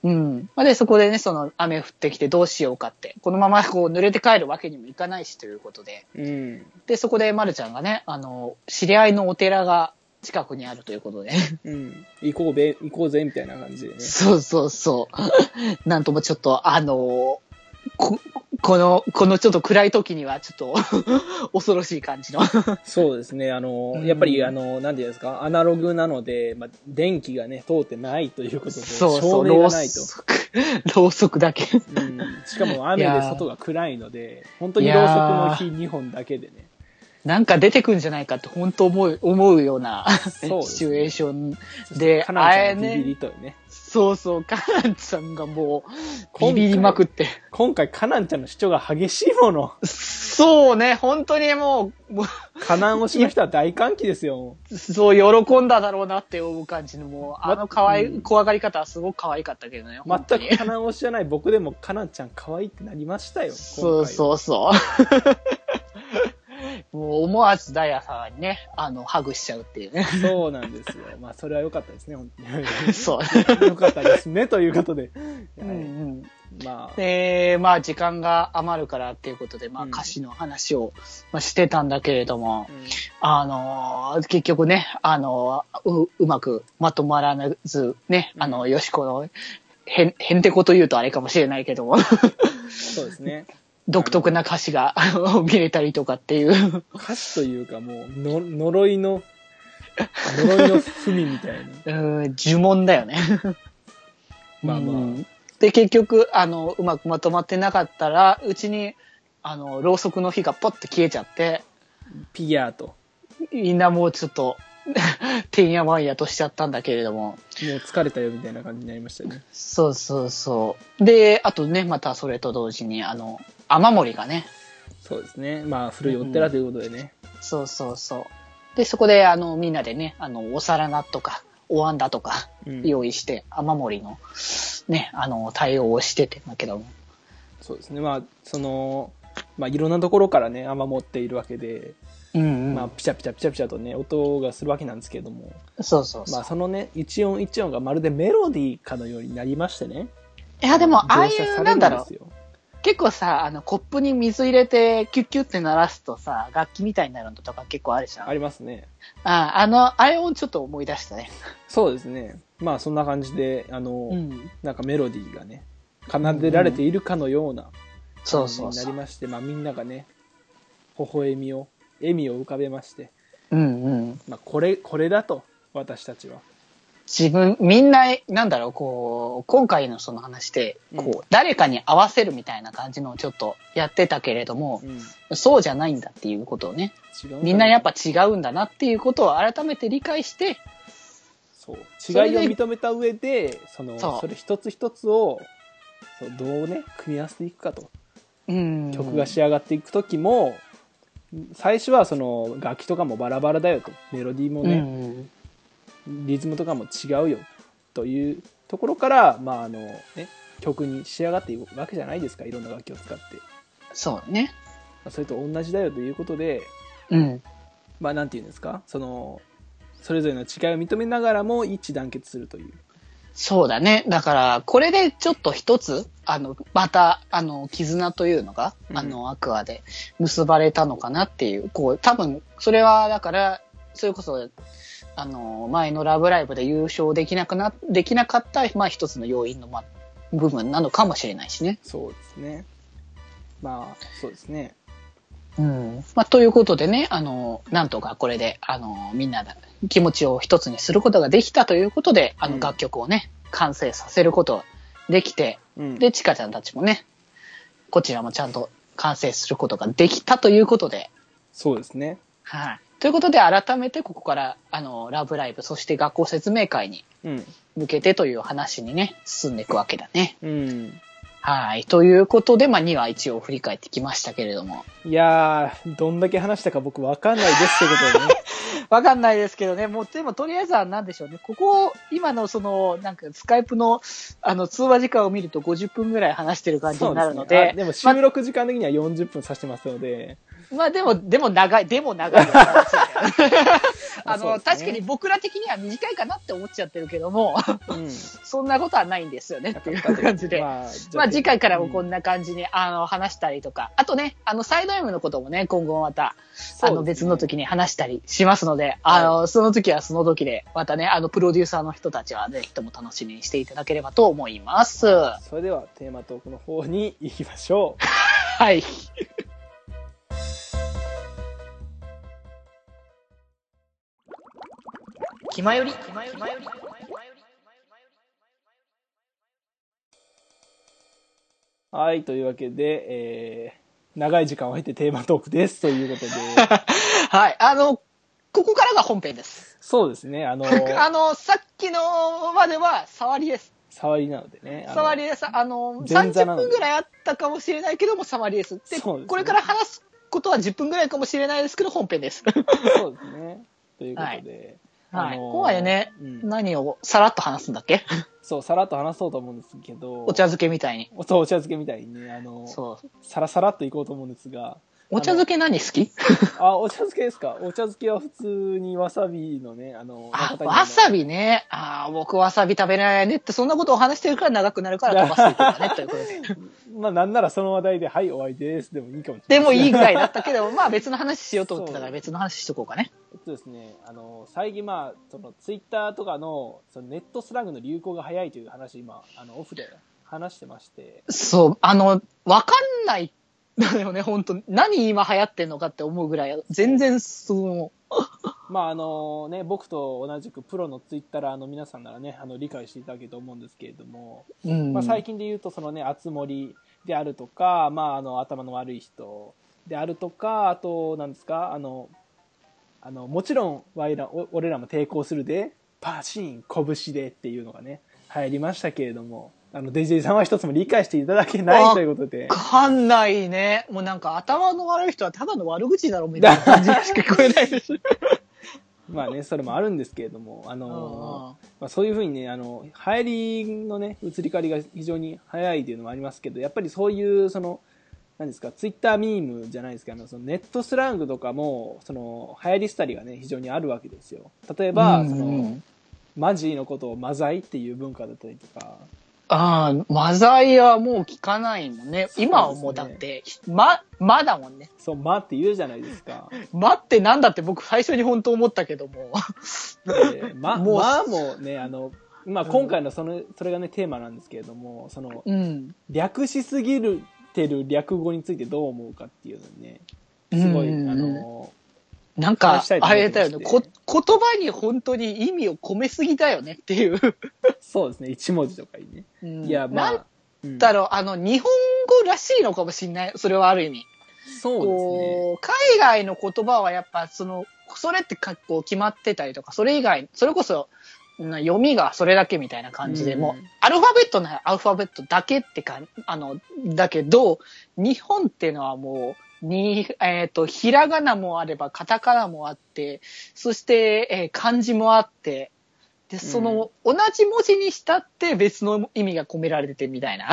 [SPEAKER 2] うん。まあで、そこでね、その、雨降ってきてどうしようかって、このままこう、濡れて帰るわけにもいかないしということで、
[SPEAKER 1] うん。
[SPEAKER 2] で、そこで、まるちゃんがね、あの、知り合いのお寺が近くにあるということで、
[SPEAKER 1] うん。行こうべ、行こうぜ、みたいな感じでね。
[SPEAKER 2] そうそうそう。 なんともちょっと、あの、ここの、このちょっと暗い時には、ちょっと、 恐ろしい感じの。
[SPEAKER 1] そうですね。あの、
[SPEAKER 2] うん
[SPEAKER 1] やっぱり、あの、なんていうんですか、アナログなので、まあ、電気がね、通ってないということで、
[SPEAKER 2] そうそ
[SPEAKER 1] 照
[SPEAKER 2] う、
[SPEAKER 1] 明
[SPEAKER 2] ろ
[SPEAKER 1] が
[SPEAKER 2] う
[SPEAKER 1] ないと。
[SPEAKER 2] そく、 ろうそくだけ。
[SPEAKER 1] うん、しかも雨
[SPEAKER 2] いや
[SPEAKER 1] で
[SPEAKER 2] ー
[SPEAKER 1] 外が暗いので、本当に
[SPEAKER 2] い
[SPEAKER 1] ろ
[SPEAKER 2] や
[SPEAKER 1] う
[SPEAKER 2] ー
[SPEAKER 1] そくの火2本だけでね。
[SPEAKER 2] なんか出てくんじゃないかって本当思う、思うような、
[SPEAKER 1] そうですね
[SPEAKER 2] シチュエーションで、
[SPEAKER 1] か
[SPEAKER 2] あ
[SPEAKER 1] な
[SPEAKER 2] れ
[SPEAKER 1] りビビ
[SPEAKER 2] ね
[SPEAKER 1] リ、というね。
[SPEAKER 2] そうそう、カナンちゃんがもう、
[SPEAKER 1] 今回
[SPEAKER 2] ビビりまくって。
[SPEAKER 1] 今回、カナンちゃんの主張が激しいも の。
[SPEAKER 2] そうね、本当にもう、も
[SPEAKER 1] カナンをしましたは大歓喜ですよ。
[SPEAKER 2] うそう、喜んだだろうなって思う感じの、もう、
[SPEAKER 1] ま
[SPEAKER 2] あの可愛
[SPEAKER 1] うん
[SPEAKER 2] い、怖がり方はすごく可愛かったけどね。
[SPEAKER 1] 全
[SPEAKER 2] 本当に
[SPEAKER 1] くカナンを知らない僕でも、カナンちゃん可愛いってなりましたよ。
[SPEAKER 2] そうそうそう。もう思わずダイヤさんにね、あの、ハグしちゃうっていうね。
[SPEAKER 1] う。そうなんですよ。まあ、それは良かったですね、本当
[SPEAKER 2] そう。
[SPEAKER 1] に。良かったですね、ということで。
[SPEAKER 2] う
[SPEAKER 1] は
[SPEAKER 2] んうん
[SPEAKER 1] いまあ、
[SPEAKER 2] で、まあ時間が余るからっていうことで、まあ
[SPEAKER 1] うん
[SPEAKER 2] 歌詞の話をまあしてたんだけれども
[SPEAKER 1] う、ん
[SPEAKER 2] あのー結局ね、あのーう、うまくまとまらず、ね、あの、よしこの、へん、へんてこと言うとあれかもしれないけども、
[SPEAKER 1] そうですね。
[SPEAKER 2] 独特な歌詞が あの見れたりとかっていう、
[SPEAKER 1] 歌詞というか、もうの、呪いの、呪いの文みたいな。
[SPEAKER 2] うん、呪文だよね。
[SPEAKER 1] まあまあ
[SPEAKER 2] うんで、結局、あの、うまくまとまってなかったら、うちに、あの、ろうそくの火がポッと消えちゃって、
[SPEAKER 1] ピギャーと。
[SPEAKER 2] みんなもうちょっと、 てんやわんやとしちゃったんだけれども。
[SPEAKER 1] もう疲れたよみたいな感じになりましたね。
[SPEAKER 2] そうそうそう。で、あとね、またそれと同時に、あの、雨漏りがね。
[SPEAKER 1] そうですね。まあ、古いお寺ということでね。
[SPEAKER 2] そうそうそう。で、そこで、あの、みんなでね、あの、お皿なとか、お椀だとか、
[SPEAKER 1] うん
[SPEAKER 2] 用意して、雨漏りの、ね、あの、対応をしててんだけども。
[SPEAKER 1] そうですね。まあ、その、まあ、いろんなところからね、雨持っているわけで、
[SPEAKER 2] うんうん。
[SPEAKER 1] まあ、ピチャピチャピチャピチャとね、音がするわけなんですけども、
[SPEAKER 2] そうそうそう。
[SPEAKER 1] まあ、そのね、一音一音がまるでメロディーかのようになりましてね。
[SPEAKER 2] いや、でも、ああい
[SPEAKER 1] 描写され
[SPEAKER 2] う、な
[SPEAKER 1] る
[SPEAKER 2] んだろう
[SPEAKER 1] です。よ
[SPEAKER 2] 結構さ、あの、コップに水入れて、キュッキュッって鳴らすとさ、楽器みたいになるのとか結構あるじゃん。
[SPEAKER 1] ありますね。
[SPEAKER 2] ああの、あれをちょっと思い出したね。
[SPEAKER 1] そうですね。まあ、そんな感じで、あの、
[SPEAKER 2] うん。
[SPEAKER 1] なんかメロディーがね、奏でられているかのような
[SPEAKER 2] そ
[SPEAKER 1] 感
[SPEAKER 2] う
[SPEAKER 1] じ
[SPEAKER 2] そう
[SPEAKER 1] にな
[SPEAKER 2] そ
[SPEAKER 1] り
[SPEAKER 2] う。
[SPEAKER 1] まして、まあ、みんながね、微笑みを、笑みを浮かべまして、
[SPEAKER 2] うんうん。
[SPEAKER 1] まあ、これ、これだと、私たちは。
[SPEAKER 2] 自分、みんな、なんだろう、こう、今回のその話で、こう、
[SPEAKER 1] うん
[SPEAKER 2] 誰かに合わせるみたいな感じのをちょっとやってたけれども、
[SPEAKER 1] うん。違
[SPEAKER 2] そうじゃないんだっていうことをね、
[SPEAKER 1] う
[SPEAKER 2] みんなやっぱ、違うんだなっていうことを改めて理解して、
[SPEAKER 1] そう。
[SPEAKER 2] そ
[SPEAKER 1] 違
[SPEAKER 2] れ
[SPEAKER 1] いを
[SPEAKER 2] で
[SPEAKER 1] 認めた上で、その、
[SPEAKER 2] そ
[SPEAKER 1] そうれ一つ一つを、そうどうね、組み合わせていくかと。
[SPEAKER 2] うん。
[SPEAKER 1] 曲が仕上がっていく時も、最初はその、楽器とかもバラバラだよと。メロディーも
[SPEAKER 2] うんう
[SPEAKER 1] ね、
[SPEAKER 2] ん。
[SPEAKER 1] リズムとかも違うよ。というところから、まあ、あの、ね、曲に仕上がっていくわけじゃないですか。いろんな楽器を使って。
[SPEAKER 2] そうね。
[SPEAKER 1] まあそれと同じだよということで、
[SPEAKER 2] うん。
[SPEAKER 1] まあ、なんていうんですか、その、それぞれの違いを認めながらも一致団結するという。
[SPEAKER 2] そうだね。だから、これでちょっと一つ、あの、また、あの、絆というのが、
[SPEAKER 1] うん
[SPEAKER 2] あの、アクアで結ばれたのかなっていう、こう、多分、それは、だから、それこそ、あの、前のラブライブで優勝できなくな、できなかった、まあ一つの要因の、まあ、部分なのかもしれないしね。
[SPEAKER 1] そうですね。まあ、そうですね。
[SPEAKER 2] うん。まあ、ということでね、あの、なんとかこれで、あの、みんなが気持ちを一つにすることができたということで、あ
[SPEAKER 1] う
[SPEAKER 2] の
[SPEAKER 1] ん
[SPEAKER 2] 楽曲をね、完成させることができて、
[SPEAKER 1] うん。
[SPEAKER 2] で、ちかちゃんたちもね、こちらもちゃんと完成することができたということで、
[SPEAKER 1] そうですね。
[SPEAKER 2] はい。ということで、改めてここから、あの、ラブライブ、そして学校説明会に
[SPEAKER 1] うん。
[SPEAKER 2] 向けてという話にね、進んでいくわけだね。
[SPEAKER 1] うん。
[SPEAKER 2] はい。ということで、まあ、2話一応振り返ってきましたけれども。
[SPEAKER 1] いやー、どんだけ話したか僕わかんないですってことでね。
[SPEAKER 2] わかんないですけどね、もう、でもとりあえずはなんでしょうね、ここ、今のその、なんかスカイプの、あの、通話時間を見ると50分ぐらい話してる 感じになるの
[SPEAKER 1] ね
[SPEAKER 2] で、
[SPEAKER 1] あでも収録時間的には40分さしてますの で。
[SPEAKER 2] まあでも、でも長い、でも長いよ。 あ
[SPEAKER 1] そう
[SPEAKER 2] の、
[SPEAKER 1] ですね
[SPEAKER 2] 確かに僕ら的には短いかなって思っちゃってるけ ども、
[SPEAKER 1] うん。
[SPEAKER 2] そんなことはないんですよねっていう感じで。
[SPEAKER 1] まあ、じゃ
[SPEAKER 2] まあ次回からもこ
[SPEAKER 1] うん
[SPEAKER 2] な感じに、あの話したりとか、あとね、あのサイド M のこともね、今後また、
[SPEAKER 1] そうで
[SPEAKER 2] あ
[SPEAKER 1] すね
[SPEAKER 2] の別の時に話したりしますので、あの、その時はその時で、またね、あのプロデューサーの人たちはぜひとも楽しみにしていただければと思います。は
[SPEAKER 1] それではテーマトークの方に行きましょう。
[SPEAKER 2] い。
[SPEAKER 3] 気まより。
[SPEAKER 1] はい、というわけで、えー、長い時間を経てテーマトーク ですということで、
[SPEAKER 2] はい。あの、ここからが本編です。
[SPEAKER 1] そうですね、あの、
[SPEAKER 2] あの、さっきのまでは触りです。
[SPEAKER 1] 触りなのでね。あの
[SPEAKER 2] 触りです。あの、
[SPEAKER 1] 前座
[SPEAKER 2] 30
[SPEAKER 1] なので
[SPEAKER 2] 分ぐらいあったかもしれないけども、触りです。で、
[SPEAKER 1] そうですね
[SPEAKER 2] これから話すことは10分ぐらいかもしれないですけど、本編です。
[SPEAKER 1] そうですね。ということで、
[SPEAKER 2] はい。
[SPEAKER 1] あのー
[SPEAKER 2] 今回ね、
[SPEAKER 1] うん
[SPEAKER 2] 何をさらっと話すんだっけ
[SPEAKER 1] そう、さらっと話そうと思うんですけど、
[SPEAKER 2] お茶漬けみたいに。
[SPEAKER 1] おそうお茶漬けみたいにね、あの、
[SPEAKER 2] そう。
[SPEAKER 1] さらさらっといこうと思うんですが、
[SPEAKER 2] お茶漬け何好き
[SPEAKER 1] あ、お茶漬けですかお茶漬けは普通にわさびのね、あの、
[SPEAKER 2] あ、
[SPEAKER 1] 中谷の
[SPEAKER 2] わさびね。あー僕わさび食べられないねって、そんなことを話してるから長くなるから飛ばしていくんだね、ということ で。
[SPEAKER 1] まあ、なんならその話題で、はい、終わりです。でもいいかもしれ
[SPEAKER 2] で
[SPEAKER 1] ない
[SPEAKER 2] も
[SPEAKER 1] すね
[SPEAKER 2] いいぐらいだったけど、まあ別の話しようと思ってたか
[SPEAKER 1] そ
[SPEAKER 2] ら
[SPEAKER 1] う
[SPEAKER 2] 別の話しとこうかね。
[SPEAKER 1] えっとですね、あの、最近まあ、そのツイッターとかの、そのネットスラングの流行が早いという話、今、あの、オフで話してまして、
[SPEAKER 2] そう、あの、わかんないのよね、本当何今流行ってんのかって思うぐらい、全然その、
[SPEAKER 1] まあ、あのね、僕と同じくプロのツイッターの皆さんならね、あの、理解していただけると思うんですけれども、
[SPEAKER 2] うん。
[SPEAKER 1] まあ、最近で言うと、そのね、熱盛であるとか、まあ、あの、頭の悪い人であるとか、あと、なんですか、あの、あの、もちろん、わいら、お俺らも抵抗するで、パシーン、拳でっていうのがね、流行りましたけれども、あの、デジェイさんは一つも理解していただけな
[SPEAKER 2] わ
[SPEAKER 1] いということで、
[SPEAKER 2] わかんないね。もうなんか頭の悪い人はただの悪口だろみたいな感じしか聞こえないです。
[SPEAKER 1] まあね、それもあるんですけれども、あの、まあ、そういうふうにね、あの、流行りのね、移り変わりが非常に早いというのもありますけど、やっぱりそういう、その、何ですか、ツイッターミームじゃないですけど、あのそのネットスラングとかも、その、流行り廃りがね、非常にあるわけですよ。例えば、その、マジのことをマザイっていう文化だったりとか、
[SPEAKER 2] ああ、マザイはもう聞かないもん
[SPEAKER 1] そ
[SPEAKER 2] ね。
[SPEAKER 1] うですね
[SPEAKER 2] 今はもうだって、ま、まだもんね。
[SPEAKER 1] そう、マって言うじゃないですか。
[SPEAKER 2] まってなんだって僕最初に本当思ったけども。
[SPEAKER 1] でま、
[SPEAKER 2] もう
[SPEAKER 1] まもね、あの、まあ、今回のその、それがね、テーマなんですけれども、その、
[SPEAKER 2] うん。
[SPEAKER 1] 略しすぎるてる略語についてどう思うかっていうのにね、すごい、
[SPEAKER 2] うん
[SPEAKER 1] あの、
[SPEAKER 2] なんか
[SPEAKER 1] 話したい、と
[SPEAKER 2] あ
[SPEAKER 1] 思いま
[SPEAKER 2] れ
[SPEAKER 1] して
[SPEAKER 2] だよね。こ、言葉に本当に意味を込めすぎだよねっていう。
[SPEAKER 1] そうですね、一文字とかにね。
[SPEAKER 2] うん
[SPEAKER 1] いや、ま
[SPEAKER 2] なん
[SPEAKER 1] あ、うん
[SPEAKER 2] だろう、あの、日本語らしいのかもしれない。それはある意味。
[SPEAKER 1] そうですね。
[SPEAKER 2] こう海外の言葉はやっぱそのそれってかこう決まってたりとかそれ以外それこそな読みがそれだけみたいな感じで、
[SPEAKER 1] うん
[SPEAKER 2] もうアルファベットならアルファベットだけってかあのだけど日本っていうのはもうに、えっとひらがなもあればカタカナもあってそして、えー漢字もあってでその、同じ文字にしたって別の意味が込められててみたいな。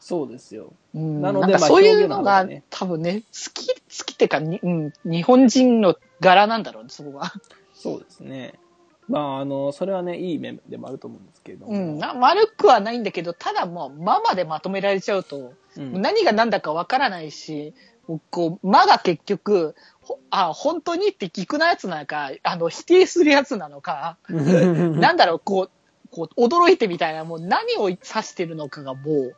[SPEAKER 1] そうですよ。
[SPEAKER 2] うん
[SPEAKER 1] なので
[SPEAKER 2] んか
[SPEAKER 1] まあ
[SPEAKER 2] そういうの
[SPEAKER 1] 表現な
[SPEAKER 2] が、
[SPEAKER 1] んだね
[SPEAKER 2] 多分ね、好き、好きってかに、うん、日本人の柄なんだろうね、そこが。
[SPEAKER 1] そうですね。まあ、あの、それはね、いい面でもあると思うんですけれども。
[SPEAKER 2] うん、な悪くはないんだけど、ただもう、ママでまとめられちゃうと、
[SPEAKER 1] うん
[SPEAKER 2] 何が何だかわからないし、もうこう、まが結局、ほあ、本当にって聞くなやつなのか、あの、否定するやつなのか、なんだろう、こう、こう、驚いてみたいな、もう何を指してるのかがもう、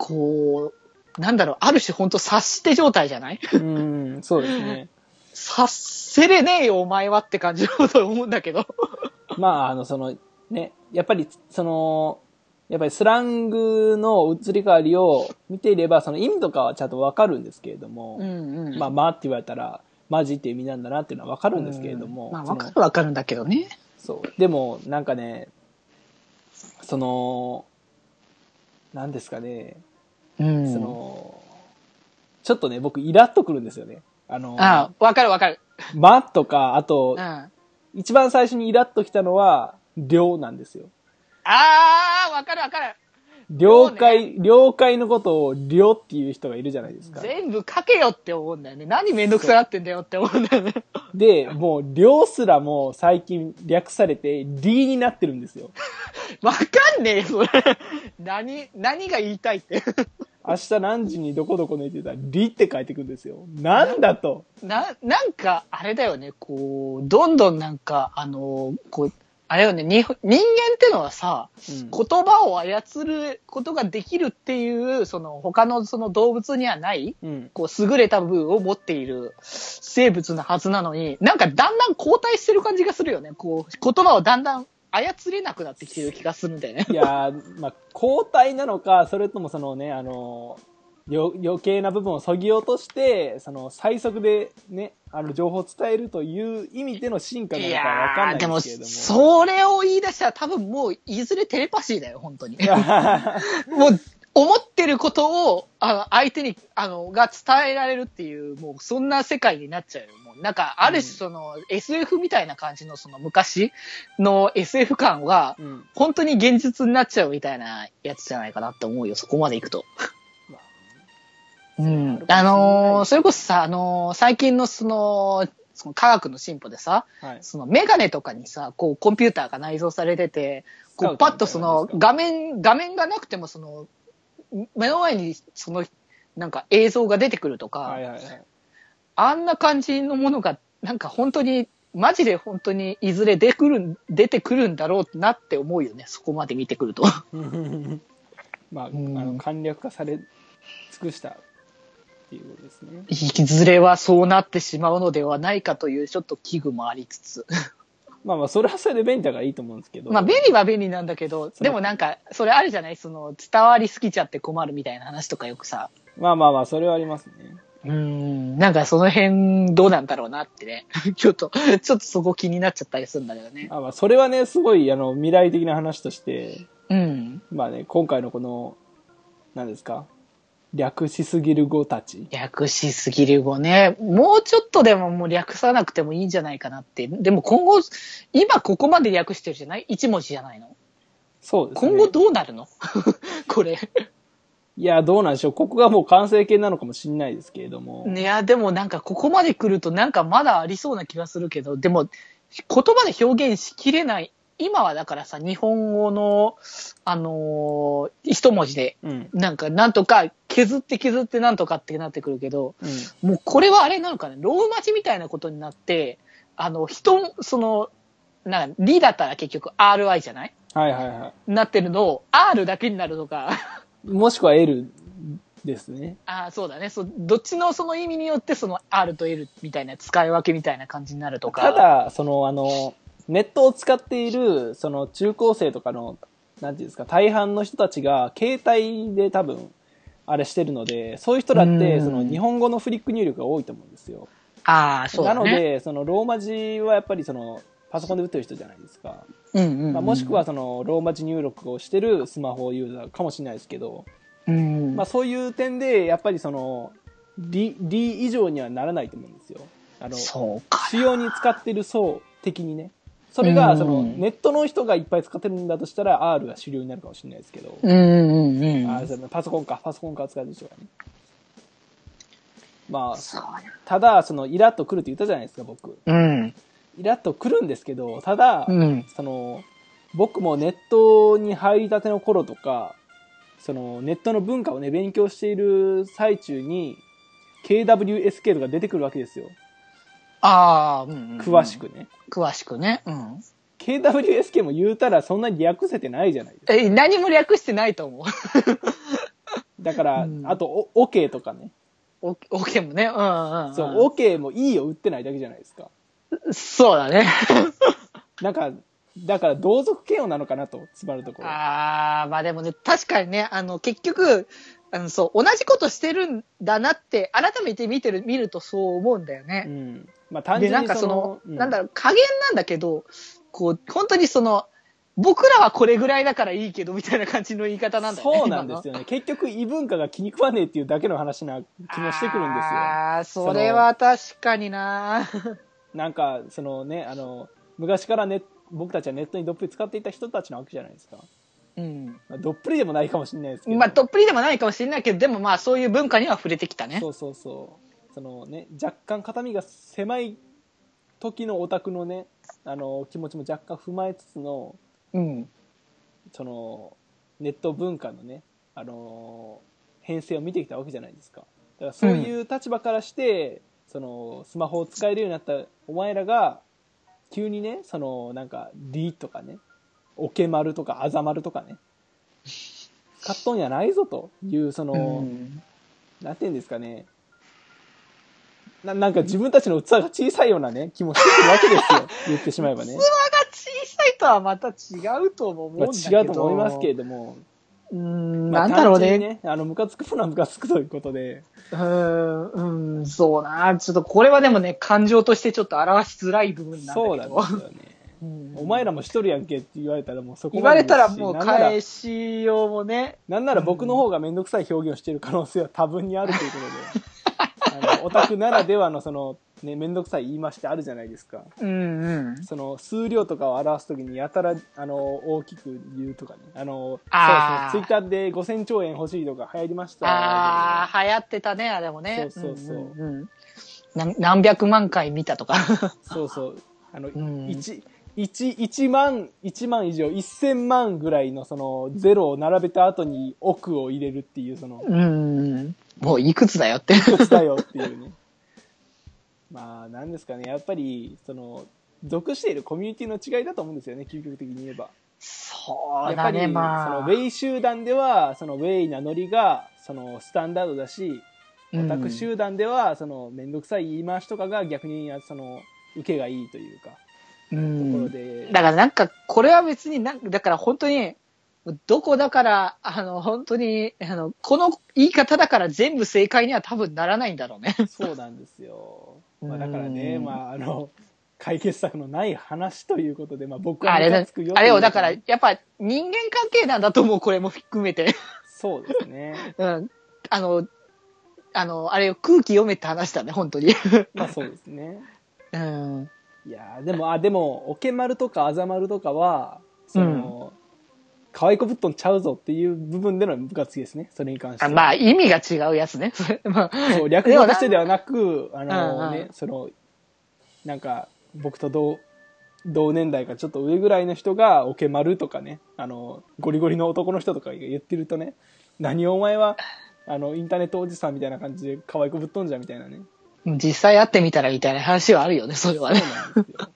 [SPEAKER 2] こう、なんだろう、ある種本当察して状態じゃない
[SPEAKER 1] うん、そうですね。
[SPEAKER 2] 察せれねえよ、お前はって感じのことを思うんだけど。
[SPEAKER 1] まあ、あの、その、ね、やっぱり、その、やっぱりスラングの移り変わりを見ていれば、その意味とかはちゃんとわかるんですけれども、
[SPEAKER 2] ん
[SPEAKER 1] まあ、まあって言われたら、マジっていう意味なんだなっていうのはわかるんですけれども、
[SPEAKER 2] まあ、
[SPEAKER 1] そ
[SPEAKER 2] わ
[SPEAKER 1] の
[SPEAKER 2] かるわかるんだけどね。
[SPEAKER 1] そう。でも、なんかね、その、なんですかね、
[SPEAKER 2] うん。
[SPEAKER 1] その、ちょっとね、僕、イラっとくるんですよね。あの、
[SPEAKER 2] ああ、わかるわかる。
[SPEAKER 1] まとか、あと
[SPEAKER 2] うん。、あ
[SPEAKER 1] 一番最初にイラっときたのは、了なんですよ。
[SPEAKER 2] あ、わかるわかる。
[SPEAKER 1] 了解、了解のことを了っていう人がいるじゃないですか。
[SPEAKER 2] 全部書けよって思うんだよね。何めんどくさがってんだよって思うんだよね。
[SPEAKER 1] で、もう、了すらもう最近略されて、りになってるんですよ。
[SPEAKER 2] わかんねえよ、それ。何、何が言いたいって。
[SPEAKER 1] 明日何時にどこどこのってたら、りって書いてくるんですよ。なんだと。
[SPEAKER 2] な、なんか、あれだよね、こう、どんどんなんか、あの、こう、あれよね、に人間ってのはさ、
[SPEAKER 1] うん
[SPEAKER 2] 言葉を操ることができるっていう、その、他のその動物にはない、
[SPEAKER 1] うん。
[SPEAKER 2] こう、優れた部分を持っている生物なはずなのに、なんかだんだん後退してる感じがするよね。こう、言葉をだんだん操れなくなってきてる気がするんだよね。
[SPEAKER 1] いやー、まあ、交代なのか、それともそのね、あのーよ余計な部分をそぎ落として、その、最速でね、あの、情報を伝えるという意味での進化なのかわかんないですけれども。
[SPEAKER 2] それを言い出したら多分もう、いずれテレパシーだよ、本当に。もう、思ってることを、あの、相手に、あの、が伝えられるっていう、もう、そんな世界になっちゃうよ。もう、なんか、ある種、その、SF みたいな感じの、その、昔の SF 感は、
[SPEAKER 1] うん。
[SPEAKER 2] 本当に現実になっちゃうみたいなやつじゃないかなって思うよ、そこまでいくと
[SPEAKER 1] まあ。
[SPEAKER 2] うん。あのーそれこそさ、あのー最近のその、その科学の進歩でさ、
[SPEAKER 1] はい。
[SPEAKER 2] そのメガネとかにさ、こうコンピューターが内蔵されてて、こうパッと その画面、画面がなくてもその、目の前にその、なんか映像が出てくるとか、
[SPEAKER 1] はいはいはい。
[SPEAKER 2] あんな感じのものが、なんか本当に、マジで本当にいずれ出てくるん、出てくるんだろうなって思うよね、そこまで見てくると。
[SPEAKER 1] まあ、あ
[SPEAKER 2] ん
[SPEAKER 1] の、簡略化され尽くしたっていうことですね。
[SPEAKER 2] いずれはそうなってしまうのではないかというちょっと危惧もありつつ。
[SPEAKER 1] まあまあ、それはそれで便利だからいいと思うんですけど。
[SPEAKER 2] まあ便利は便利なんだけど、
[SPEAKER 1] その
[SPEAKER 2] でもなんか、それあるじゃないその、伝わりすぎちゃって困るみたいな話とかよくさ。
[SPEAKER 1] まあまあまあ、それはありますね。
[SPEAKER 2] うーん、なんかその辺どうなんだろうなってね。 ちょっと、ちょっとそこ気になっちゃったりするんだけどね。
[SPEAKER 1] あまあ、それはね、すごい、あの、未来的な話として、
[SPEAKER 2] うん。
[SPEAKER 1] まあね、今回のこの、何ですか略しすぎる語たち。
[SPEAKER 2] 略しすぎる語ね。もうちょっとでももう略さなくてもいいんじゃないかなって。でも今後、今ここまで略してるじゃない一文字じゃないの
[SPEAKER 1] そうですね。
[SPEAKER 2] 今後どうなるの これ。
[SPEAKER 1] いや、どうなんでしょう。ここがもう完成形なのかもしれないですけれども。
[SPEAKER 2] いや、でもなんかここまで来るとなんかまだありそうな気がするけど、でも言葉で表現しきれない。今はだからさ、日本語の、あのー一文字で、
[SPEAKER 1] うん。
[SPEAKER 2] なんかなんとか削って削ってなんとかってなってくるけど、
[SPEAKER 1] うん。
[SPEAKER 2] もうこれはあれなのかな、ローマ字みたいなことになって、あの、人、その、なんか、リだったら結局 RI じゃない
[SPEAKER 1] はいはいは
[SPEAKER 2] なってるのを R だけになるとか。
[SPEAKER 1] い。もしくは L ですね。
[SPEAKER 2] ああ、そうだね。そう、どっちのその意味によって、その R と L みたいな使い分けみたいな感じになるとか。
[SPEAKER 1] た、だ、その、あの、ネットを使っている、その、中高生とかの、なんていうんですか、大半の人たちが、携帯で多分、あれしてるので、そういう人だっ
[SPEAKER 2] う
[SPEAKER 1] て、
[SPEAKER 2] ん
[SPEAKER 1] その、日本語のフリック入力が多いと思うんですよ。
[SPEAKER 2] ああ、そうだ
[SPEAKER 1] な
[SPEAKER 2] ね。
[SPEAKER 1] の、で、その、ローマ字はやっぱり、その、パソコンで打ってる人じゃないですか。
[SPEAKER 2] うんうんうん
[SPEAKER 1] まあ、もしくは、その、ローマ字入力をしてるスマホユーザーかもしれないですけど、
[SPEAKER 2] うん、
[SPEAKER 1] まあ、そういう点で、やっぱりその、理、理以上にはならないと思うんですよ。あの、
[SPEAKER 2] そうか。
[SPEAKER 1] 主要に使ってる層的にね。それが、
[SPEAKER 2] うん
[SPEAKER 1] その、ネットの人がいっぱい使ってるんだとしたら、R が主流になるかもしれないですけど、
[SPEAKER 2] うんうんうん。
[SPEAKER 1] あそうパソコンか、パソコンから使ってる人がね。まあ、
[SPEAKER 2] そうだね
[SPEAKER 1] ただ、その、イラッとくるって言ったじゃないですか、僕。
[SPEAKER 2] うん。
[SPEAKER 1] イラッとくるんですけど、ただ、
[SPEAKER 2] うん。
[SPEAKER 1] その、僕もネットに入りたての頃とか、そのネットの文化をね、勉強している最中に、KWSK とか出てくるわけですよ。
[SPEAKER 2] ああ、うん、うん。
[SPEAKER 1] 詳し。くね。
[SPEAKER 2] 詳しくね。うん。
[SPEAKER 1] KWSK も言うたらそんなに略せてないじゃないですか。
[SPEAKER 2] え、何も略してないと思う。
[SPEAKER 1] だから、
[SPEAKER 2] うん
[SPEAKER 1] あと、お OK とかね。
[SPEAKER 2] オッケーもね。うんうん、うん。
[SPEAKER 1] そう、OK もいいを打ってないだけじゃないですか。
[SPEAKER 2] そうだね。
[SPEAKER 1] なんか、だから同族嫌悪なのかなと、つまるところ。
[SPEAKER 2] ああ、まあでもね、確かにね、あの、結局、あの、そう、同じことしてるんだなって、改めて見てる、見るとそう思うんだよ
[SPEAKER 1] う
[SPEAKER 2] ね。
[SPEAKER 1] ん。まあ単
[SPEAKER 2] で、
[SPEAKER 1] 純
[SPEAKER 2] なん
[SPEAKER 1] に
[SPEAKER 2] かそ
[SPEAKER 1] そ
[SPEAKER 2] の
[SPEAKER 1] の、、
[SPEAKER 2] なんだ
[SPEAKER 1] ろ
[SPEAKER 2] ろう、加減なんだけど、こう、本当にその、僕らはこれぐらいだからいいけど、みたいな感じの言い方なんだよね。
[SPEAKER 1] そうなんです
[SPEAKER 2] よ。
[SPEAKER 1] よね。結局異文化が気に食わねえっていうだけの話な気もしてくるんですよ。
[SPEAKER 2] ああ、それは確かにな
[SPEAKER 1] なんか、そのね、あの、昔からね、僕たちはネットにどっぷり使っていた人たちなわけじゃないですか。
[SPEAKER 2] うん。
[SPEAKER 1] まあ、どっぷりでもないかもしれないですけど。
[SPEAKER 2] まあ、どっぷりでもないかもしれないけど、でもまあ、そういう文化には触れてきたね
[SPEAKER 1] そ。うそうそう。そのね、若干肩身が狭い時のオタクのね、あの、気持ちも若干踏まえつつの、
[SPEAKER 2] うん。
[SPEAKER 1] その、ネット文化のね、あの、編成を見てきたわけじゃないですか。だからそういう立場からして、その、スマホを使えるようになったお前らが、急にね、その、なんか、リとかね、オケマルとか、アザマルとかね、使っとんやないぞという、その、
[SPEAKER 2] うん
[SPEAKER 1] なんていうんですかね。ななんか自分たちの器が小さいようなね、気もしてくるわけですよ。言ってしまえばね。
[SPEAKER 2] が小さいとはまた違うとも思うん
[SPEAKER 1] ま
[SPEAKER 2] だ
[SPEAKER 1] あ、
[SPEAKER 2] けど。
[SPEAKER 1] 違うと思いますけれども。
[SPEAKER 2] うーん、
[SPEAKER 1] ま
[SPEAKER 2] な
[SPEAKER 1] あ
[SPEAKER 2] んだろうね。
[SPEAKER 1] 単純にあの、ムカつくものはムカつくということで。
[SPEAKER 2] うーん、うん、そうな。ちょっとこれはでもね、感情としてちょっと表しづらい部分なんだけど。
[SPEAKER 1] そうなんですよね。
[SPEAKER 2] うん
[SPEAKER 1] お前らも一人やんけって言われたらもうそこ
[SPEAKER 2] 言
[SPEAKER 1] ま
[SPEAKER 2] わ
[SPEAKER 1] で
[SPEAKER 2] れ
[SPEAKER 1] です
[SPEAKER 2] た
[SPEAKER 1] し
[SPEAKER 2] らもう
[SPEAKER 1] なんなら
[SPEAKER 2] 返しようもね。
[SPEAKER 1] なんなら僕の方がめんどくさい表現をしている可能性は多分にあるということで。あのオタクならではのその、ね、めんどくさい言い回しってあるじゃないですか。
[SPEAKER 2] うんうん。
[SPEAKER 1] その数量とかを表すときにやたらあの大きく言うとかね。あの、
[SPEAKER 2] あー
[SPEAKER 1] そうそう、ツイッターで5000兆円欲しいとか流行りました。
[SPEAKER 2] ああ、流行ってたね、あれもね。
[SPEAKER 1] そうそうそうん
[SPEAKER 2] んうんなん何百万回見たとか。
[SPEAKER 1] そうそう。あの、
[SPEAKER 2] ん
[SPEAKER 1] 一一一万、一万以上、一千万ぐらいのそのゼロを並べた後に億を入れるっていう、その、
[SPEAKER 2] うん。 もういくつだよって。
[SPEAKER 1] 一つだよっていうね。 まあ、なんですかね。やっぱり、その、属しているコミュニティの違いだと思うんですよね、究極的に言えば。
[SPEAKER 2] そう
[SPEAKER 1] やっぱ
[SPEAKER 2] だね、
[SPEAKER 1] り、そ
[SPEAKER 2] ま
[SPEAKER 1] の
[SPEAKER 2] あ。
[SPEAKER 1] ウェイ集団ではそのウェイなノリがそのスタンダードだしオタク集団ではその面倒くさい言い回しとかが逆にその受けがいいというか
[SPEAKER 2] うん
[SPEAKER 1] ところ
[SPEAKER 2] うん
[SPEAKER 1] で、
[SPEAKER 2] だからなんか、これは別になんか、だから本当に、どこだから、あの、本当に、あの、この言い方だから全部正解には多分ならないんだろうね。
[SPEAKER 1] そうなんですよ、まあ、だからね、
[SPEAKER 2] うん
[SPEAKER 1] まああの解決策のない話ということで、まあ、僕は
[SPEAKER 2] あれ
[SPEAKER 1] ムカ
[SPEAKER 2] だ
[SPEAKER 1] つくよ、
[SPEAKER 2] あれを、だから、
[SPEAKER 1] というこ
[SPEAKER 2] やっぱ人間関係なんだと思う、これも含めて。
[SPEAKER 1] とでそうですね
[SPEAKER 2] うん。あの、あの、あれを空気読めって話だね、本当に。
[SPEAKER 1] まあそうですね
[SPEAKER 2] うん。
[SPEAKER 1] いやーでもあでもオケマルとかアザマルとかはその、可愛い子ぶっとんちゃうぞっていう部分での部活ですねそれに関して
[SPEAKER 2] あ
[SPEAKER 1] は
[SPEAKER 2] まあ、意味が違うやつね。それまあ、
[SPEAKER 1] そう、略語としてではなく、あ
[SPEAKER 2] うんうん
[SPEAKER 1] のね、その、なんか、僕と同、同年代かちょっと上ぐらいの人が、オケマルとかね、あの、ゴリゴリの男の人とか言ってるとね、何をお前は、あの、インターネットおじさんみたいな感じで可愛くぶっ飛んじゃんみたいなね。
[SPEAKER 2] 実際会ってみたらみたいな話はあるよね、それはね
[SPEAKER 1] そ。うなんですよ。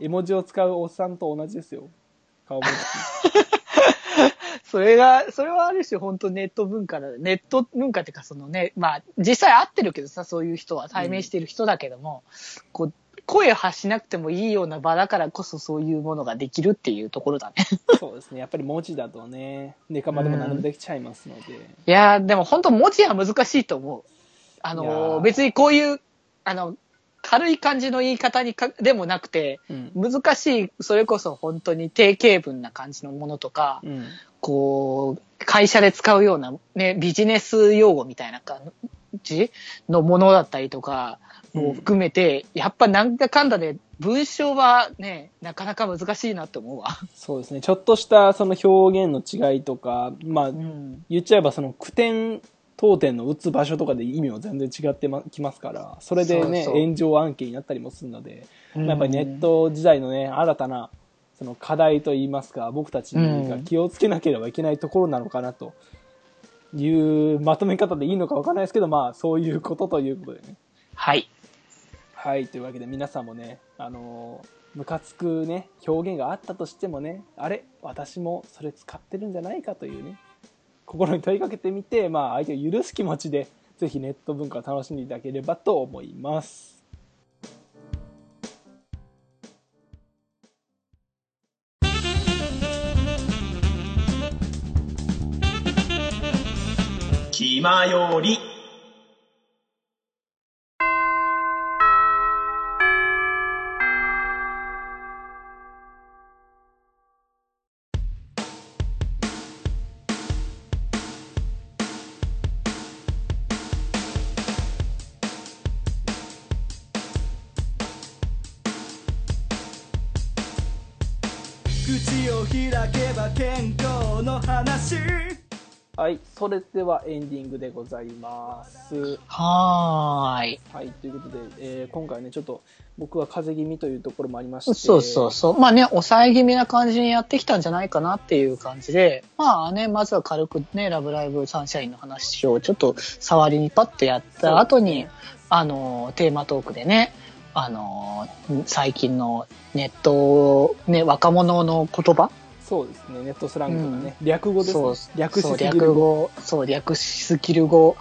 [SPEAKER 1] 絵文字を使うおっさんと同じですよ。顔文字。
[SPEAKER 2] それが、それはある種本当ネット文化だね。ネット文化っていうかそのね、まあ実際会ってるけどさ、そういう人は対面してる人だけども、こう、声を発しなくてもいいような場だからこそそういうものができるっていうところだね。
[SPEAKER 1] そうですね。やっぱり文字だとね、ネカマでも何でもできちゃいますので。
[SPEAKER 2] いやー、でも本当文字は難しいと思う。あ
[SPEAKER 1] いや
[SPEAKER 2] のー、
[SPEAKER 1] ー
[SPEAKER 2] 別にこういう、あの、軽い感じの言い方にかでもなくて、
[SPEAKER 1] うん。
[SPEAKER 2] 難しい、それこそ本当に定型文な感じのものとか、
[SPEAKER 1] うん。
[SPEAKER 2] こう、会社で使うような、ね、ビジネス用語みたいな感じのものだったりとかも含めて、やっぱなんだかんだで文章はね、なかなか難しいなって思うわ。
[SPEAKER 1] そうですね。ちょっとしたその表現の違いとか、まあ、
[SPEAKER 2] うん。
[SPEAKER 1] 言っちゃえばその句点当点の打つ場所とかで意味も全然違ってまきますからそれでね
[SPEAKER 2] そうそう
[SPEAKER 1] 炎上案件になったりもするので、
[SPEAKER 2] う
[SPEAKER 1] ま
[SPEAKER 2] ん
[SPEAKER 1] あやっぱりネット時代のね新たなその課題といいますか僕たちが気をつけなければいけないところなのかなというまとめ方でいいのかわからないですけどまあそういうことということでね
[SPEAKER 2] はい。
[SPEAKER 1] はいというわけで皆さんもねあのームカつくね、表現があったとしてもね、あれ私もそれ使ってるんじゃないかというね、心に問いかけてみて、まあ相手を許す気持ちで、ぜひネット文化を楽しんでいただければと思います。
[SPEAKER 3] 気まより。
[SPEAKER 4] 口を開けば健康の話
[SPEAKER 1] はい、それではエンディングでございます。
[SPEAKER 2] はーい。
[SPEAKER 1] はい、ということで、えー今回ね、ちょっと僕は風邪気味というところもありまして、
[SPEAKER 2] そうそうそう。まあね、抑え気味な感じにやってきたんじゃないかなっていう感じで、まあね、まずは軽くね、ラブライブサンシャインの話をちょっと触りにパッとやった後に、あの、テーマトークでね、あの、最近のネット、ね、若者の言葉
[SPEAKER 1] そうですね、ネットスラングがね、略語です、ね
[SPEAKER 2] そう、
[SPEAKER 1] 略し
[SPEAKER 2] そう
[SPEAKER 1] すぎ
[SPEAKER 2] 略
[SPEAKER 1] る語。
[SPEAKER 2] 語、そう、略しすぎる語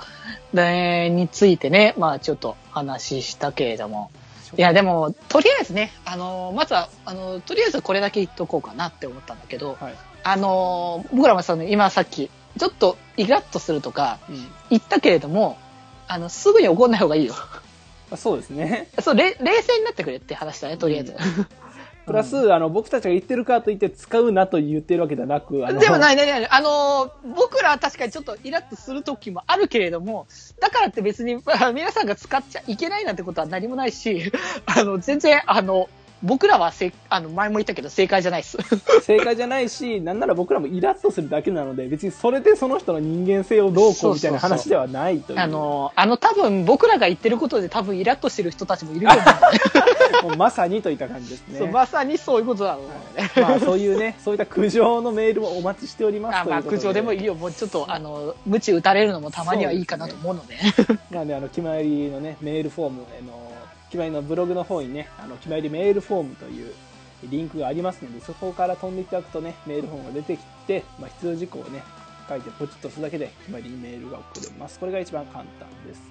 [SPEAKER 2] ねについてね、まあちょっと話したけれども、いや、でも、とりあえずね、あのーまずは、あのーとりあえずこれだけ言っとこうかなって思ったんだけど、
[SPEAKER 1] はい、
[SPEAKER 2] あのー僕らもその、今さっき、ちょっとイラッとするとか
[SPEAKER 1] うん
[SPEAKER 2] 言ったけれども、あの、すぐに怒んない方がいいよ。
[SPEAKER 1] あそうですね。
[SPEAKER 2] そう、れ冷静になってくれって話だね、とりあえず。
[SPEAKER 1] プラス、あの、僕たちが言ってるからといって使うなと言ってるわけじゃなく、あの、
[SPEAKER 2] でもないないない。あのー僕らは確かにちょっとイラッとする時もあるけれども、だからって別に、 まあ皆さんが使っちゃいけないなんてことは何もないし、 あの、全然、あの、僕らはせ、あの、前も言ったけど正解じゃないです。
[SPEAKER 1] 正解じゃないし、なんなら僕らもイラッとするだけなので、別にそれでその人の人間性をどうこうみたいな話ではないという。
[SPEAKER 2] あの、あの多分僕らが言ってることで多分イラッとしてる人たちもいると思
[SPEAKER 1] もうまさにといった感じです
[SPEAKER 2] う
[SPEAKER 1] ね。
[SPEAKER 2] そうまさにそういうことだろうね。
[SPEAKER 1] まあ、そういうね、そういった苦情のメールもお待ちしております
[SPEAKER 2] あまあ、苦情でもいい
[SPEAKER 1] よ。
[SPEAKER 2] よ。もうちょっと、あの、無知打たれるのもたまにはいいかなと思うので。
[SPEAKER 1] なんで、あの、決まりのね、メールフォーム、あの、決まりのブログの方にね、あの、決まりメールフォームというリンクがありますので、そこから飛んでいただくとね、メールフォームが出てきて、まあ、必要事項をね、書いてポチッとするだけで、決まりにメールが送れます。これが一番簡単です。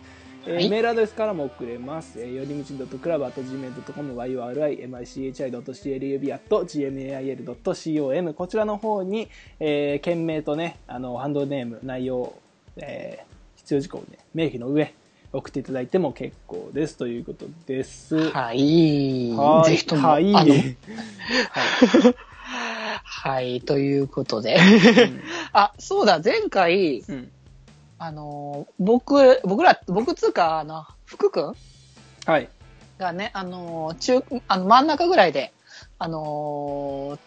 [SPEAKER 1] えー
[SPEAKER 2] はい
[SPEAKER 1] メールアドレスからも送れます。えー、よりみち .club.gmail.com、yuri.michi.club.gmail.com、こちらの方に、えー、件名とね、あの、ハンドルネーム、内容、えー必要事項をね、明記の上、送っていただいても結構ですということです。
[SPEAKER 2] はい。
[SPEAKER 1] は
[SPEAKER 2] ぜひとも、
[SPEAKER 1] はい。
[SPEAKER 2] あの
[SPEAKER 1] はい
[SPEAKER 2] はい、ということで。あ、そうだ、前回、
[SPEAKER 1] うん
[SPEAKER 2] あのー、僕、僕ら、僕つうか、あの、福くん
[SPEAKER 1] はい。
[SPEAKER 2] がね、あのー、中、あの、真ん中ぐらいで、あのー、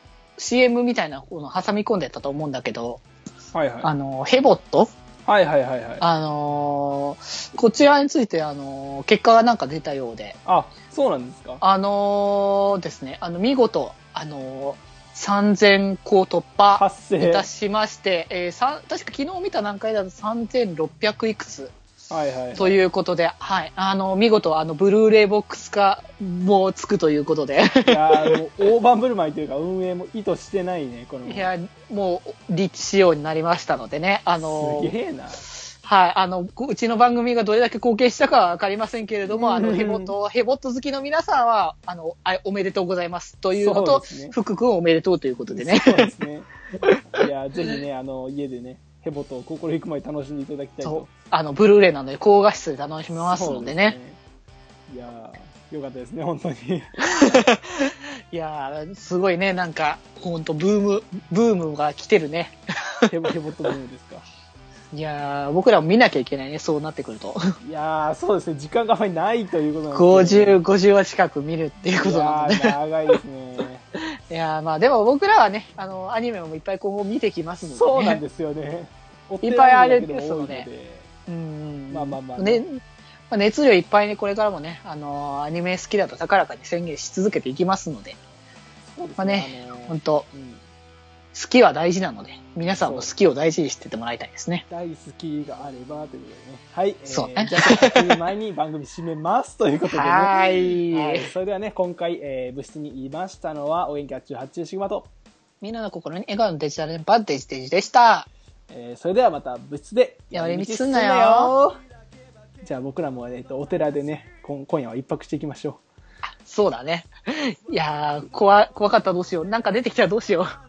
[SPEAKER 2] CM みたいなこの挟み込んでたと思うんだけど、
[SPEAKER 1] はいはい。
[SPEAKER 2] あのー、ヘボット
[SPEAKER 1] はいはいはいはい。
[SPEAKER 2] あのー、こちらについて、あのー、結果がなんか出たようで、
[SPEAKER 1] あ、そうなんですか
[SPEAKER 2] あのー、ですね、あの、見事、あのー、3000個突破。
[SPEAKER 1] 発生。
[SPEAKER 2] いた
[SPEAKER 1] は
[SPEAKER 2] しまして、えーさん確か昨日見た段階だと3600いくつ
[SPEAKER 1] いはい。
[SPEAKER 2] ということで、はい、あの、見事、あの、ブルーレイボックス化もつくということ で、
[SPEAKER 1] いやーもう大盤振る舞いというか運営も意図してないね、この。
[SPEAKER 2] いや、もう、立地仕様になりましたのでね、あの
[SPEAKER 1] す、げえな。
[SPEAKER 2] はい、あの、こうちの番組がどれだけ貢献したかはわかりませんけれども、あ
[SPEAKER 1] う
[SPEAKER 2] の、
[SPEAKER 1] ん
[SPEAKER 2] ヘボット、ヘボット好きの皆さんは、あの、あおめでとうございますというの
[SPEAKER 1] そう
[SPEAKER 2] と
[SPEAKER 1] ですね、
[SPEAKER 2] 福君おめでとうということでね。
[SPEAKER 1] そうですね。いやーぜひね、あの、家でね、ヘボと心ゆくまで楽しんでいただきたい
[SPEAKER 2] そう
[SPEAKER 1] と。
[SPEAKER 2] あの、ブルーレイなので、高画質で楽しめますのでね。
[SPEAKER 1] そうですね。いやーよかったですね、本当に。
[SPEAKER 2] いやー、すごいね、なんか、ほんと、ブーム、ブームが来てるね。
[SPEAKER 1] ヘボ、ヘボとブームですか。
[SPEAKER 2] いやー、僕らも見なきゃいけないね、そうなってくると。
[SPEAKER 1] いやーそうですね、時間があまりないということなんですけど
[SPEAKER 2] 50、50話近く見るっていうことなので。
[SPEAKER 1] いやー長いです ね。
[SPEAKER 2] いやー、まあでも僕らはね、あの、アニメもいっぱい今後見てきますので、ね。
[SPEAKER 1] そうなん
[SPEAKER 2] す。
[SPEAKER 1] ですよね。
[SPEAKER 2] いっぱいあれ
[SPEAKER 1] 追ってないのだけど多いので。
[SPEAKER 2] うん。
[SPEAKER 1] まあまあまあ
[SPEAKER 2] ね、まあ熱量いっぱいね、これからもね、あのーアニメ好きだと高らかに宣言し続けていきますので、
[SPEAKER 1] そうです
[SPEAKER 2] まあね
[SPEAKER 1] あのー
[SPEAKER 2] ほんと、
[SPEAKER 1] うん
[SPEAKER 2] 好きは大事なので、皆さんも好きを大事にしてってもらいたいですね。
[SPEAKER 1] 大好きがあればということでね。はい。えー
[SPEAKER 2] そうね
[SPEAKER 1] じゃあ、という前に番組締めますということでね。
[SPEAKER 2] は
[SPEAKER 1] はいい。。それではね、今回、えー部室にいましたのは、お元気あっちゅう八中シグマと、
[SPEAKER 2] みんなの心に笑顔のデジタル連ンデジデジでした。
[SPEAKER 1] えーそれではまた部室で、
[SPEAKER 2] 寄り道
[SPEAKER 1] 寄
[SPEAKER 2] すんなよ。
[SPEAKER 1] じゃあ僕らも、えー、とお寺でね、こん今夜は一泊していきましょう。
[SPEAKER 2] そうだね。いやー、怖、怖かったらどうしよう。なんか出てきたらどうしよう。